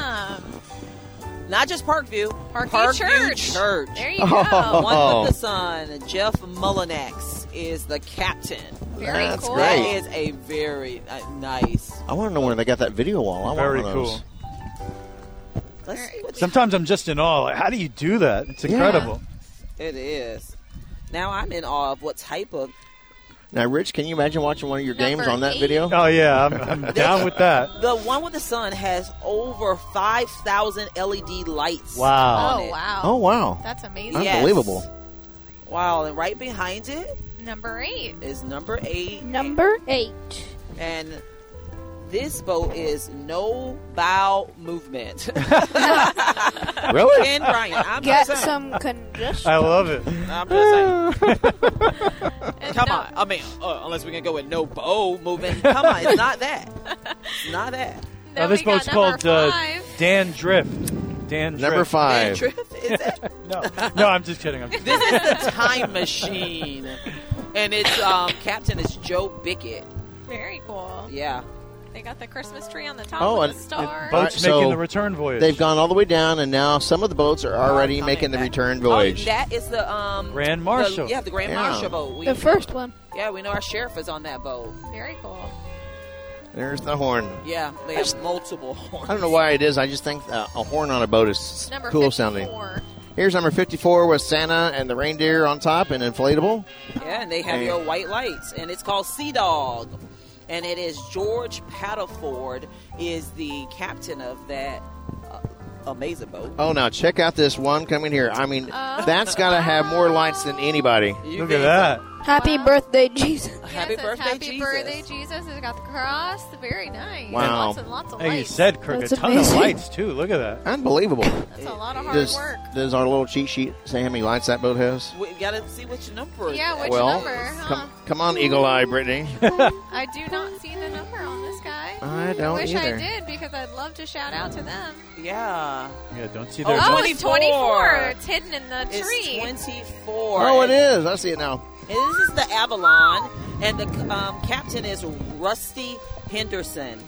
Not just Parkview. Parkview Parkview Church. Church. There you go. Oh. One with the sun. Jeff Mullinax is the captain. Very That's cool. That great. is a very uh, nice. I want to know where they got that video wall. I want Very one of cool. those. Let's, what- Sometimes I'm just in awe. Like, how do you do that? It's [laughs] incredible. It is. Now I'm in awe of what type of. Now, Rich, can you imagine watching one of your games on that video? Oh, yeah. [laughs] I'm, I'm down with that. The one with the sun has over 5,000 LED E lights. Wow. on Oh, it. wow. Oh, wow. That's amazing. Unbelievable. Wow, and right behind it Number 8. is number eight. Number eight. And this boat is no bow movement. [laughs] Really? Ken Bryant. I'm Get just saying. some congestion. I love it. I'm just saying. [laughs] Come on. I mean, uh, unless we can go with no bow movement. Come on. It's not that. [laughs] It's not that. Now, this boat's called uh, Dan Drift. Dan Drift. Number five. Dan Drift, is that? [laughs] no, no, I'm just kidding. [laughs] I'm just This is the time machine. And its um, captain is Joe Bickett. Very cool. Yeah. They got the Christmas tree on the top Oh, with and- the stars. All right, Boats making the return voyage. They've gone all the way down, and now some of the boats are already coming making the back. return voyage. Oh, that is the um, Grand the- Marshal. yeah, the Grand Yeah. Marshal boat. We- The first one. Yeah, we know our sheriff is on that boat. Very cool. There's the horn. Yeah, they have multiple [laughs] I horns. don't know why it is. I just think uh, a horn on a boat is Number cool sounding. Here's number 54 with Santa and the reindeer on top and inflatable. Yeah, and they have Hey. your white lights, and it's called Sea Dog, and it is George Paddleford is the captain of that uh, amazing boat. Oh, now check out this one coming here. I mean, Uh. that's got to have more lights than anybody. You Look at that. Happy birthday, Jesus. Happy birthday, Happy Jesus! birthday, Jesus. It's got the cross. Very nice. Wow. Lots and lots of Like you lights. said, Kirk, That's a ton amazing. of lights, too. Look at that. Unbelievable. That's a lot of hard Does, work. does our little cheat sheet say how many lights that boat has? We gotta see which number. Yeah, is which well, number, huh? come, come on, Eagle Eye, Brittany. [laughs] [laughs] I do not see the number on this guy. I don't wish either. I did because I'd love to shout out to them. that. Yeah. Yeah, don't see Oh, their wow. Oh, it's 24. 24. It's hidden in the It's tree. 24. Oh, it is. I see it now. And this is the Avalon, and the um, captain is Rusty Henderson.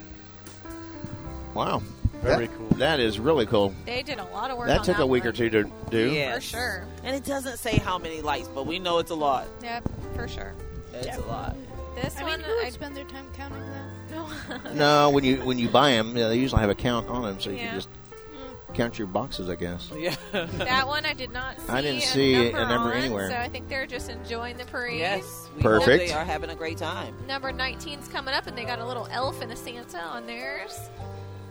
Wow. Very That- cool. That is really cool. They did a lot of work. That on took that a week one. or two to do. Yes. For sure. And it doesn't say how many lights, but we know it's a lot. Yep, for sure. It's a lot. This I one, mean, who would I spend their time counting that? know. No, when you when you buy them, they usually have a count on them, so you Yeah. can just count your boxes, I guess. [laughs] Yeah. that one I did not see. I didn't a see a number number on, anywhere. So I think they're just enjoying the parade. yes. We Perfect. Hope they are having a great time. Number 19's coming up, and they got a little elf and a Santa on theirs.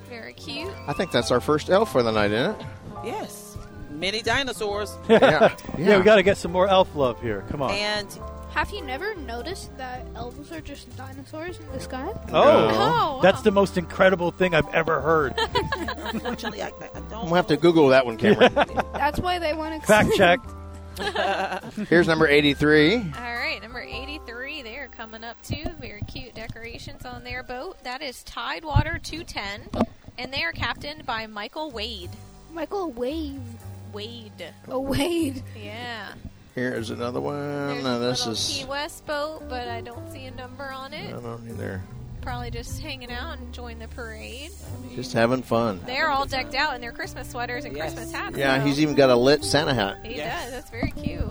Very cute. I think that's our first elf for the night, isn't it? Yes. Many dinosaurs. [laughs] Yeah. Yeah, we got to get some [laughs] [laughs] more elf love here. Come on. And Have you never noticed that elves are just dinosaurs in the sky? [laughs] Oh, oh, wow. that's the most incredible thing I've ever heard. unfortunately, I, I I'm don't. gonna have to Google that one, Cameron. That's why they want to Fact check. Here's number 83. All right, number 83, they are coming up too. Very cute decorations on their boat. That is Tidewater 210, and they are captained by Michael Wade. Michael Wave. Wade. Oh, Wade. Yeah. Here's another one. There's No, a this little is Key West boat, but I don't see a number on it. I don't either. probably just hanging out and enjoying the parade. Just having fun. They're all decked out in their Christmas sweaters and Christmas hats. Yeah, now. he's even got a lit Santa hat. He does. That's very cute.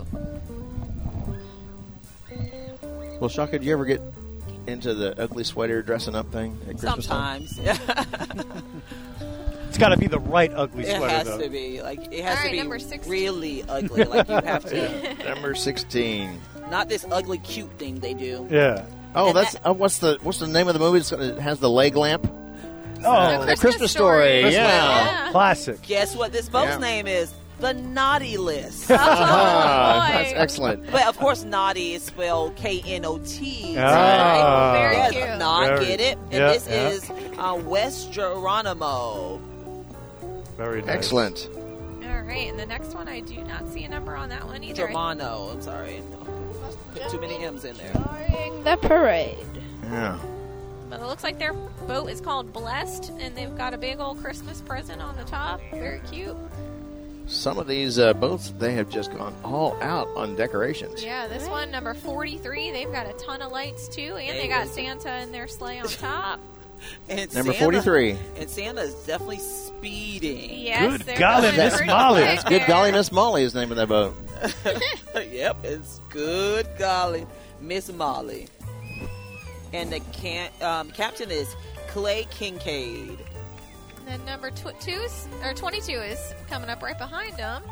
Well, Shaka, did you ever get into the ugly sweater dressing up thing at Christmas time? Sometimes. Yeah. [laughs] It's got to be the right ugly it sweater, has though. to be [laughs] like it has All right, number to be 16. really ugly. Like you have to [laughs] Number sixteen. not this ugly cute thing they do. Yeah. Oh, that's uh, what's the what's the name of the movie? It's gonna- It has the leg lamp. Oh. the Christmas story. Christmas Yeah. Story. Classic. Guess what this boat's Yeah. name is? The [laughs] Naughty List. Oh, Ah, that's excellent. But of course, naughty is spelled K N O T. Ah. Very yes, cute. Not Very- get it. And yeah, this yeah. is uh, West Geronimo. Very nice. Excellent. All right, and the next one, I do not see a number on that one either. Geronimo. I'm sorry. Put too many M's in there. The parade. Yeah. But it looks like their boat is called Blessed, and they've got a big old Christmas present on the top. Very cute. Some of these uh, boats, they have just gone all out on decorations. Yeah, this one, number 43, they've got a ton of lights too, and they got Santa in their sleigh on [laughs] top. And Number Santa- 43. And Santa is definitely speeding. Yes, Good they're Golly, Miss Molly. That's good. Golly, Miss Molly is the name of that boat. [laughs] yep, it's good golly, Miss Molly. And the can- um, captain is Clay Kincaid. And then number tw- two, or 22 is coming up right behind them.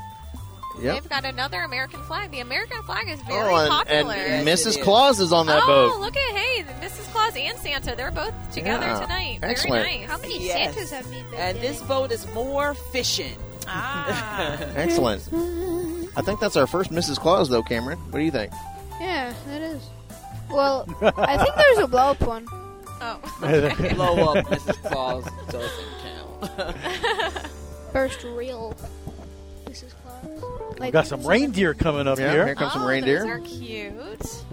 Yep. They've got another American flag. The American flag is very Oh, and, popular. and Mrs. Claus is on that oh, boat. look at hey, Mrs. Claus and Santa. They're both together Yeah. tonight. Excellent. Very nice. How many Yes. Santas have been And this boat is more fishing. Excellent. I think that's our first Mrs. Claus, though, Cameron. What do you think? Yeah, that is. Well, I think there's a blow up one. Oh. Blow up, Mrs. Claus [laughs] doesn't count. First real Mrs. Claus. We've got some reindeer coming up Yeah, here. here comes some oh, reindeer. Those are cute.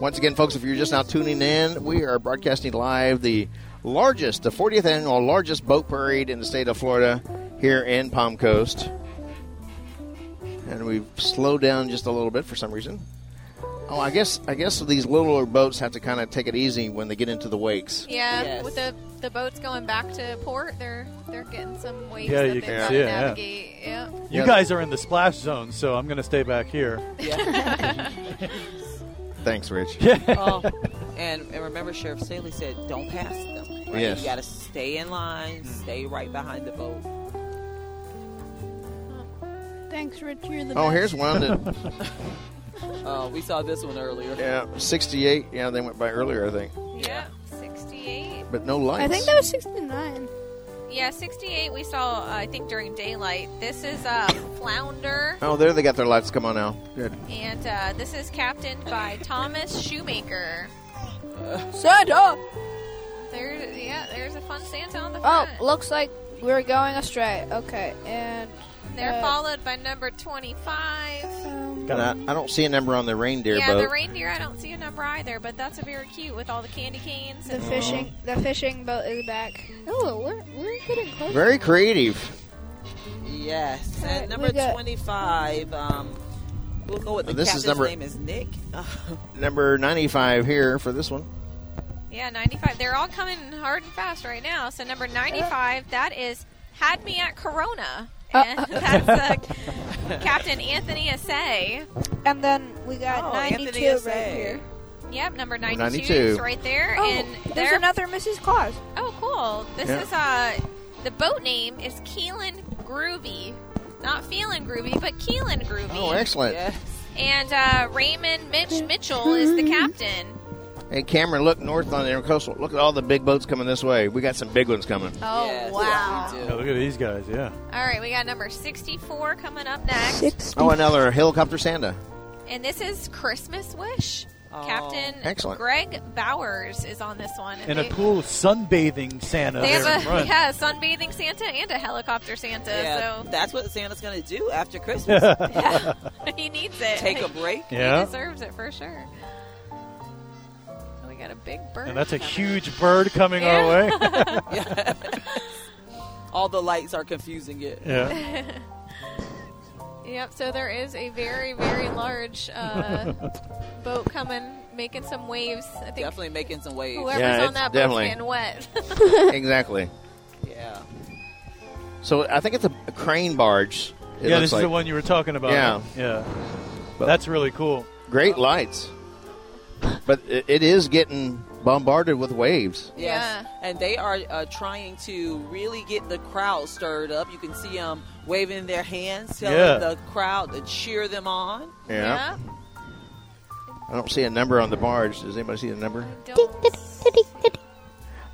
Once again, folks, if you're just now tuning in, we are broadcasting live the largest, the 40th annual largest boat parade in the state of Florida here in Palm Coast. And we've slowed down just a little bit for some reason. Oh, I guess I guess these littler boats have to kind of take it easy when they get into the wakes. Yeah, Yes. with the the boats going back to port, they're they're getting some waves [laughs] Yeah, that they've you can got see to it, yeah. navigate. Yeah. You guys are in the splash zone, so I'm going to stay back here. [laughs] Thanks, Rich. [laughs] oh, and, and remember, Sheriff Staley said, "Don't pass them. Right? Yes. you got to stay in line, stay right behind the boat." Thanks, Rich. You're the Oh, best. here's one [laughs] that Uh, we saw this one earlier. yeah, 68. Yeah, they went by earlier, I think. Yeah, 68. But no lights. I think that was 69. Yeah, 68 we saw, uh, I think, during daylight. This is uh, Flounder, Oh, there they got their lights. Come on now. Good. and uh, this is captained by Thomas Shoemaker. Santa! There, yeah, there's a fun Santa on the Oh, front. looks like we're going astray. Okay, and. They're uh, um, followed by number 25. And I, I don't see a number on the reindeer yeah, boat. the reindeer, I don't see a number either, but that's a very cute with all the candy canes. The and- fishing, the fishing boat is back. Oh, we're, we're getting close. Very creative. Yes, and All right, number we got- twenty-five. Um, we'll go with the This is captain's number- name is Nick. [laughs] Number 95 here for this one. Yeah, 95. They're all coming hard and fast right now. So number 95, that is Had Me at Corona. And [laughs] that's uh, Captain E- Anthony Assay. And then we got Oh, 92 Anthony right is a- here. Yep, number 92, 92. is right there. Oh, and there's they're- another Mrs. Claus. Oh, cool. This Yeah. is uh, the boat name is Keelan Groovy. Not feeling groovy, but Keelan Groovy. Oh, excellent. And uh, Raymond Mitch Mitchell is the captain. Hey, Cameron, look north on the intercoastal. Look at all the big boats coming this way. We got some big ones coming. Oh, wow. Yeah, look at these guys, yeah. All right, we got number 64 coming up next. Oh, another helicopter Santa. And this is Christmas Wish. Oh. Captain Excellent. Greg Bowers is on this one. And a they, cool sunbathing Santa they there in have a front. [laughs] yeah, sunbathing Santa and a helicopter Santa. Yeah, So that's what Santa's going to do [laughs] after Christmas. yeah. [laughs] he needs it. Take a break. He Yeah. deserves it for sure. We got a big bird. And that's a coming. huge bird coming [laughs] our way. All the lights are confusing it. Yeah. [laughs] [laughs] yep. So there is a very very large uh, boat coming making some waves. I think Definitely making some waves. whoever's Yeah, on it's that definitely- [laughs] boat's getting wet. [laughs] [laughs] exactly. Yeah. So I think it's a, a crane barge. it yeah, looks this like. is the one you were talking about. Yeah. yeah. That's really cool. Great lights. But it, it is getting bombarded with waves. Yes. And they are uh, trying to really get the crowd stirred up. You can see them waving their hands, telling Yeah. the crowd to cheer them on. Yeah. I don't see a number on the barge. Does anybody see the number?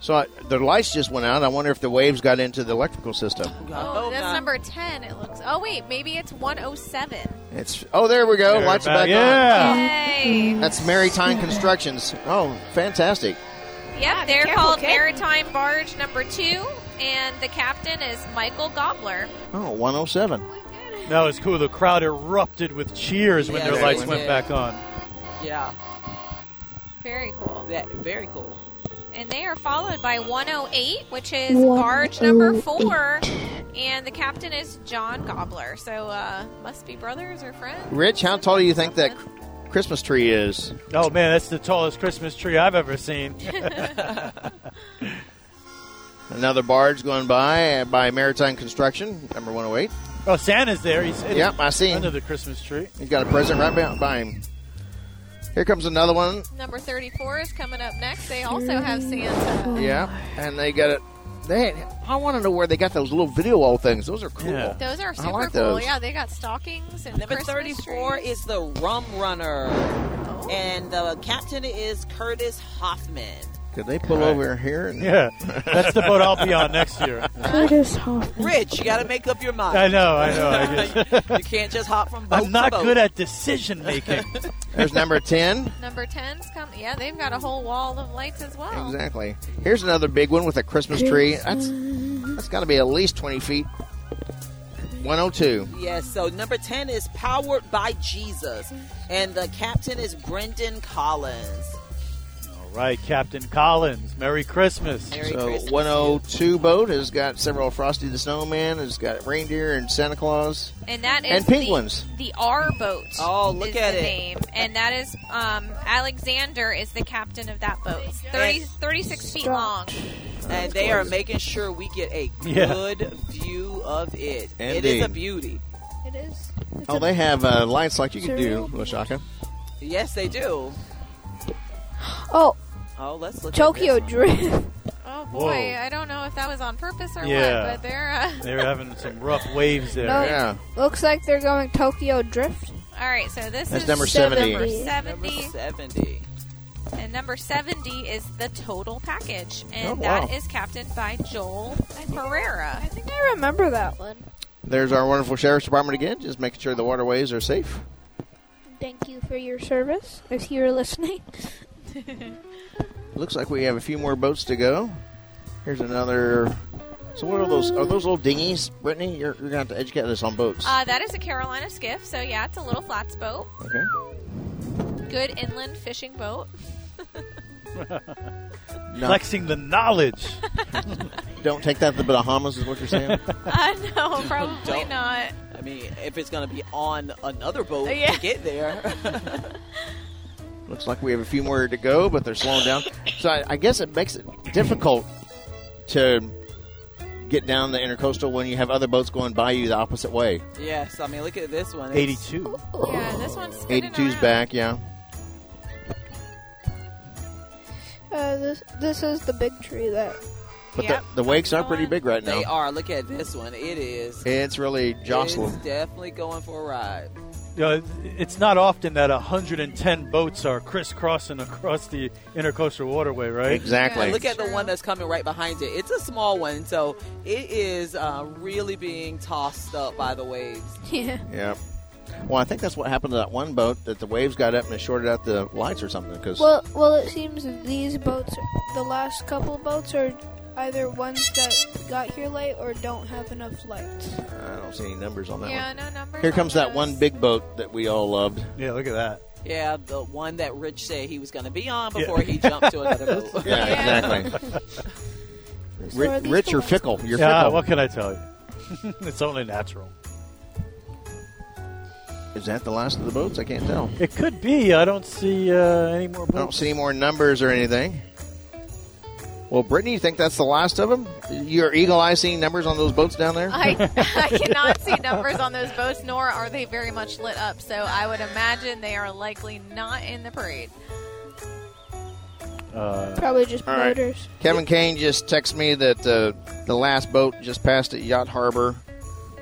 So I, the lights just went out. I wonder if the waves got into the electrical system. Oh, that's number 10, it looks. Oh, wait, maybe it's 107. It's oh, there we go. There, lights are back- back yeah. on. That's Maritime Constructions. Oh, fantastic. Yep, they're called Maritime Barge Number 2, and the captain is Michael Gobbler. Oh, 107. That was cool. The crowd erupted with cheers when Yes, their lights they went did. back on. Yeah. Very cool. That very cool. And they are followed by 108, which is 108. Barge Number 4, and the captain is John Gobbler. So, uh, must be brothers or friends. Rich, how tall do you think that Christmas tree is? Oh man, that's the tallest Christmas tree I've ever seen. Another barge going by uh, by Maritime Construction, number 108. oh, Santa's there. He's hidden Yep, I see him. under the Christmas tree. He's got a present right by- by him. Here comes another one. Number 34 is coming up next. They also have Santa. Yeah, and they got it. They, I want to know where they got those little video wall things. Those are cool. Those are super I like cool. those. Oh, Yeah, they got stockings and Number Christmas 34 trees. is the Rum Runner. And the captain is Curtis Hoffman. Could they pull over here? And Yeah, that's the boat I'll be on next year. Curtis Hoffman. Rich, you got to make up your mind. I know, I know. I guess. you can't just hop from [laughs] boat I'm not to boat. good at decision making. [laughs] There's number 10. Number 10's come. Yeah, they've got a whole wall of lights as well. Exactly. Here's another big one with a Christmas tree. That's that's got to be at least 20 feet. 102. Yes, so number 10 is Powered by Jesus. And the captain is Brendan Collins. All right, Captain Collins. Merry Christmas. so 102 boat has got several Frosty the Snowman. It's got reindeer and Santa Claus. And that is And penguins. The, the R boat. Oh, look is at the it. Name. And that is um, Alexander is the captain of that boat. It's 30, 36 feet long. And they are making sure we get a [laughs] Yeah. good view of it. It is a Indeed. beauty. It is. Oh, they have uh, lights like you could do, Lashaka. Yes, they do. Oh, [laughs] Oh, let's look Tokyo at this one. Drift. Oh boy, Whoa. I don't know if that was on purpose or Yeah. what, but they're. Uh, [laughs] They're having some rough waves there. No. Yeah. [laughs] Looks like they're going Tokyo Drift. all right, so this That's is number 70. Number Number 70. Number 70. And number 70 is the total package. And Oh, wow. that is captained by Joel Pereira. I think I remember that one. There's our wonderful sheriff's department again, just making sure the waterways are safe. Thank you for your service, if you're [laughs] listening. Uh, Looks like we have a few more boats to go. Here's another. So what are those? Are those little dinghies, Brittany? You're, you're gonna have to educate us on boats. Uh, that is a Carolina skiff, so yeah, it's a little flats boat. Okay. Good inland fishing boat. Flexing the knowledge. [laughs] Don't take that to the Bahamas, is what you're [laughs] saying. Uh, no, probably [laughs] Don't. not. I mean, if it's going to be on another boat Yeah. to get there. [laughs] Looks like we have a few more to go, but they're slowing down. So I, I guess it makes it difficult to get down the intercoastal when you have other boats going by you the opposite way. yes, I mean, look at this one. It's- 82. Yeah, this one's spinning 82's around. back, yeah. Uh, this this is the big tree that. But Yep. the, the wakes are pretty big right They now. are. Look at this one. It is. It's really It jostling. is definitely going for a ride. You know, Uh, it's not often that 110 boats are crisscrossing across the intercoastal waterway, right? Exactly. And look at the one that's coming right behind it. It's a small one, so it is uh, really being tossed up by the waves. [laughs] Yeah. Yeah. Well, I think that's what happened to that one boat that the waves got up and it shorted out the lights or something. Because Well, well, it seems that these boats, the last couple boats, are either ones that got here late or don't have enough lights. I don't see any numbers on that Yeah, one. no numbers. Here on comes that those. one big boat that we all loved. Yeah, look at that. Yeah, the one that Rich said he was going to be on Yeah. before he jumped [laughs] to another boat. Yeah, [laughs] exactly. Ri- are these Rich the or ones- fickle? You're yeah, [laughs] fickle. what can I tell you? it's only natural. Is that the last of the boats? I can't tell. It could be. I don't see uh, any more I don't boats. see any more numbers or anything. Well, Brittany, you think that's the last of them? Your eagle eye seeing numbers on those boats down there? I, I cannot see numbers on those boats, nor are they very much lit up. So I would imagine they are likely not in the parade. Uh, Probably just all right. boaters. Kevin Kane just texted me that uh, the last boat just passed at Yacht Harbor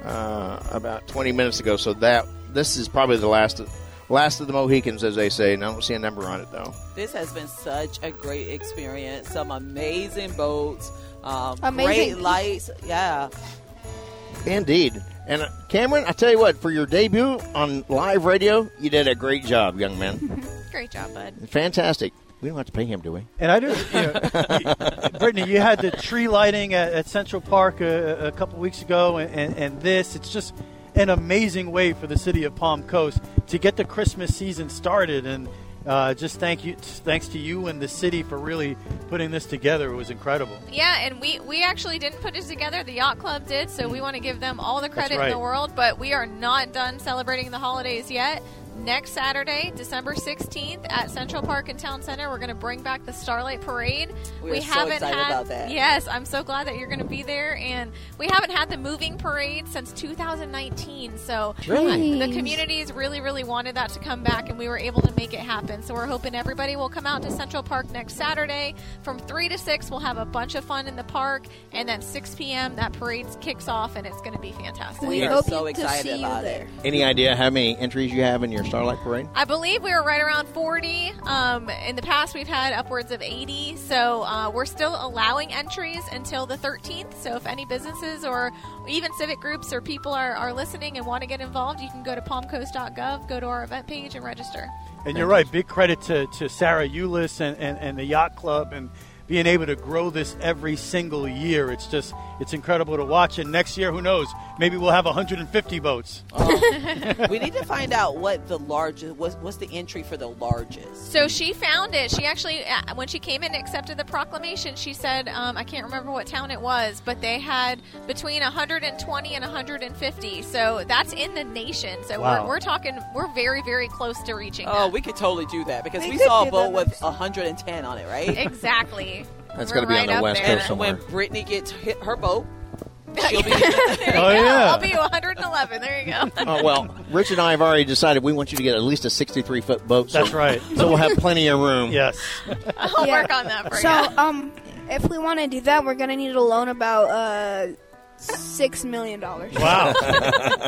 uh, about 20 minutes ago. So that this is probably the last of, last of the Mohicans, as they say. And I don't see a number on it though. This has been such a great experience. Some amazing boats, um, Amazing. great lights. Yeah. Indeed. And uh, Cameron, I tell you what, for your debut on live radio, you did a great job, young man. [laughs] Great job, bud. Fantastic. We don't have to pay him, do we? And I do. You know, [laughs] Brittany, you had the tree lighting at, at Central Park a, a couple weeks ago, and, and, and this. It's just an amazing way for the city of Palm Coast to get the Christmas season started. And uh, just thank you, thanks to you and the city for really putting this together. It was incredible. Yeah, and we, we actually didn't put it together. The Yacht Club did, so we want to give them all the credit in right. the world. But we are not done celebrating the holidays yet. Next Saturday, December 16th, at Central Park and Town Center, we're going to bring back the Starlight Parade. We are so excited had, about that. Yes, I'm so glad that you're going to be there. And we haven't had the moving parade since 2019. So Really? the communities really, really wanted that to come back, and we were able to make it happen. So we're hoping everybody will come out to Central Park next Saturday from 3 to 6. We'll have a bunch of fun in the park. And then 6 p.m., that parade kicks off, and it's going to be fantastic. We Yeah. are Hope so to excited see you about there. it. [laughs] Any idea how many entries you have in your Starlight Parade? I believe we were right around 40. Um, in the past, we've had upwards of 80. So uh, we're still allowing entries until the 13th. So if any businesses or even civic groups or people are, are listening and want to get involved, you can go to palmcoast.gov, go to our event page, and register. And you're right. Big credit to, to Sarah Eulis and, and, and the Yacht Club and being able to grow this every single year. It's just, it's incredible to watch. And next year, who knows? Maybe we'll have 150 boats. Um, [laughs] we need to find out what the largest. What's, what's the entry for the largest? So she found it. She actually, uh, when she came in and accepted the proclamation, she said, um, I can't remember what town it was, but they had between 120 and 150. So that's in the nation. So Wow. we're, we're talking, we're very, very close to reaching Oh, that. we could totally do that because We we could saw do a boat with 110 on it, right? Exactly. That's We're gotta be on right the up West there. Coast somewhere. When Brittany gets hit her boat, [laughs] she'll be. Oh, yeah. I'll be 111. There you go. Oh well, Rich and I have already decided we want you to get at least a 63 foot boat. So, That's right. So we'll have plenty of room. Yes. [laughs] I'll work on that for so, you. um, if we want to do that, we're gonna need a loan about uh six million dollars. Wow. [laughs]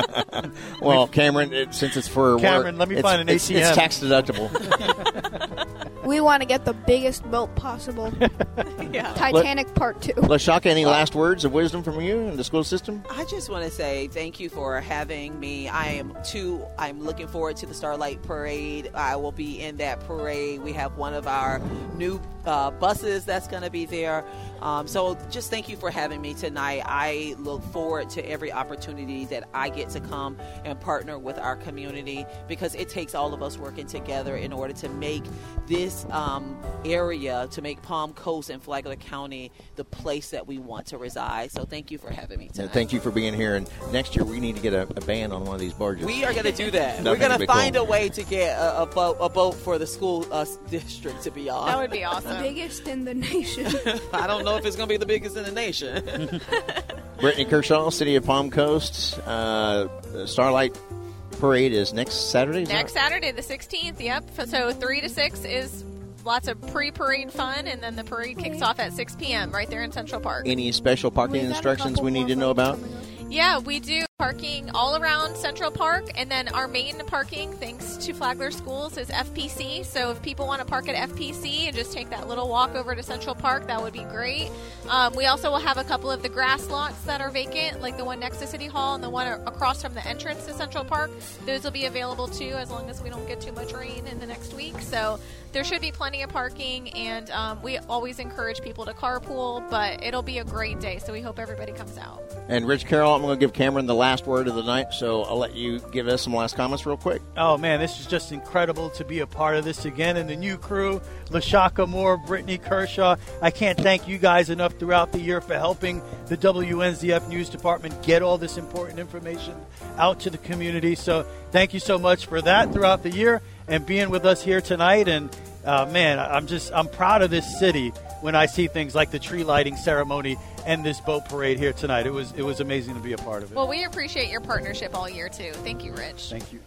well, Cameron, it, since it's for work, Cameron, let me it's- find an it's, It's ATM. tax deductible. [laughs] We want to get the biggest boat possible. [laughs] Titanic Part Two. LaShaka, any last words of wisdom from you in the school system? I just want to say thank you for having me. I am too. I'm looking forward to the Starlight Parade. I will be in that parade. We have one of our new uh, buses that's going to be there. Um, so just thank you for having me tonight. I look forward to every opportunity that I get to come and partner with our community because it takes all of us working together in order to make this um, area, to make Palm Coast and Flagler County the place that we want to reside. So thank you for having me Uh, tonight. Thank you for being here. And next year, we need to get a, a band on one of these barges. We are going to do that. That We're would going be to find cool. a way to get a, a boat, a boat for the school uh, s- district to be on. That [laughs] would be awesome. biggest in the nation. I don't know if it's going to be the biggest in the nation. [laughs] Brittany Kershaw, City of Palm Coast. Uh, the Starlight Parade is next Saturday. is that Next Saturday, the 16th. Yep. F- So 3 to 6 is lots of pre parade fun, and then the parade kicks off at 6 p.m. right there in Central Park. right? Any special parking instructions we need to know about? Yeah, we do parking all around Central Park, and then our main parking, thanks to Flagler Schools, is FPC. So if people want to park at FPC and just take that little walk over to Central Park, that would be great. Um, we also will have a couple of the grass lots that are vacant, like the one next to City Hall and the one a- across from the entrance to Central Park. Those will be available too, as long as we don't get too much rain in the next week. So there should be plenty of parking, and um, we always encourage people to carpool, but it'll be a great day. So we hope everybody comes out. And Rich Carroll, I'm going to give Cameron the last. last word of the night, so I'll let you give us some last comments real quick. Oh man, this is just incredible to be a part of this again and the new crew, Lashaka Moore, Brittany Kershaw. I can't thank you guys enough throughout the year for helping the WNZF News Department get all this important information out to the community. So thank you so much for that throughout the year and being with us here tonight. And uh, man, I'm just I'm proud of this city when I see things like the tree lighting ceremony and this boat parade here tonight. It was it was amazing to be a part of it. Well, we appreciate your partnership all year too. Thank you, Rich. Thank you.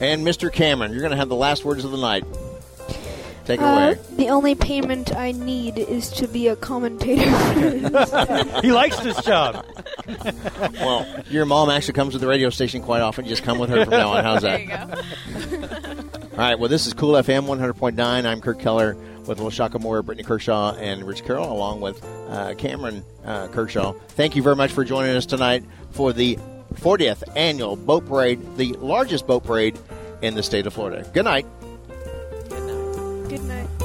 And Mr. Cameron, you're going to have the last words of the night. Take it Uh, away. the only payment I need is to be a commentator. Uh, [laughs] he likes this job. Well, your mom actually comes to the radio station quite often. Just come with her from now on. How's that? All right. Well, this is Cool FM 100.9. I'm Kirk Keller with Lashaka Moore, Brittany Kershaw, and Rich Carroll, along with uh, Cameron uh, Kershaw. Thank you very much for joining us tonight for the 40th annual boat parade, the largest boat parade in the state of Florida. Good night. Good night.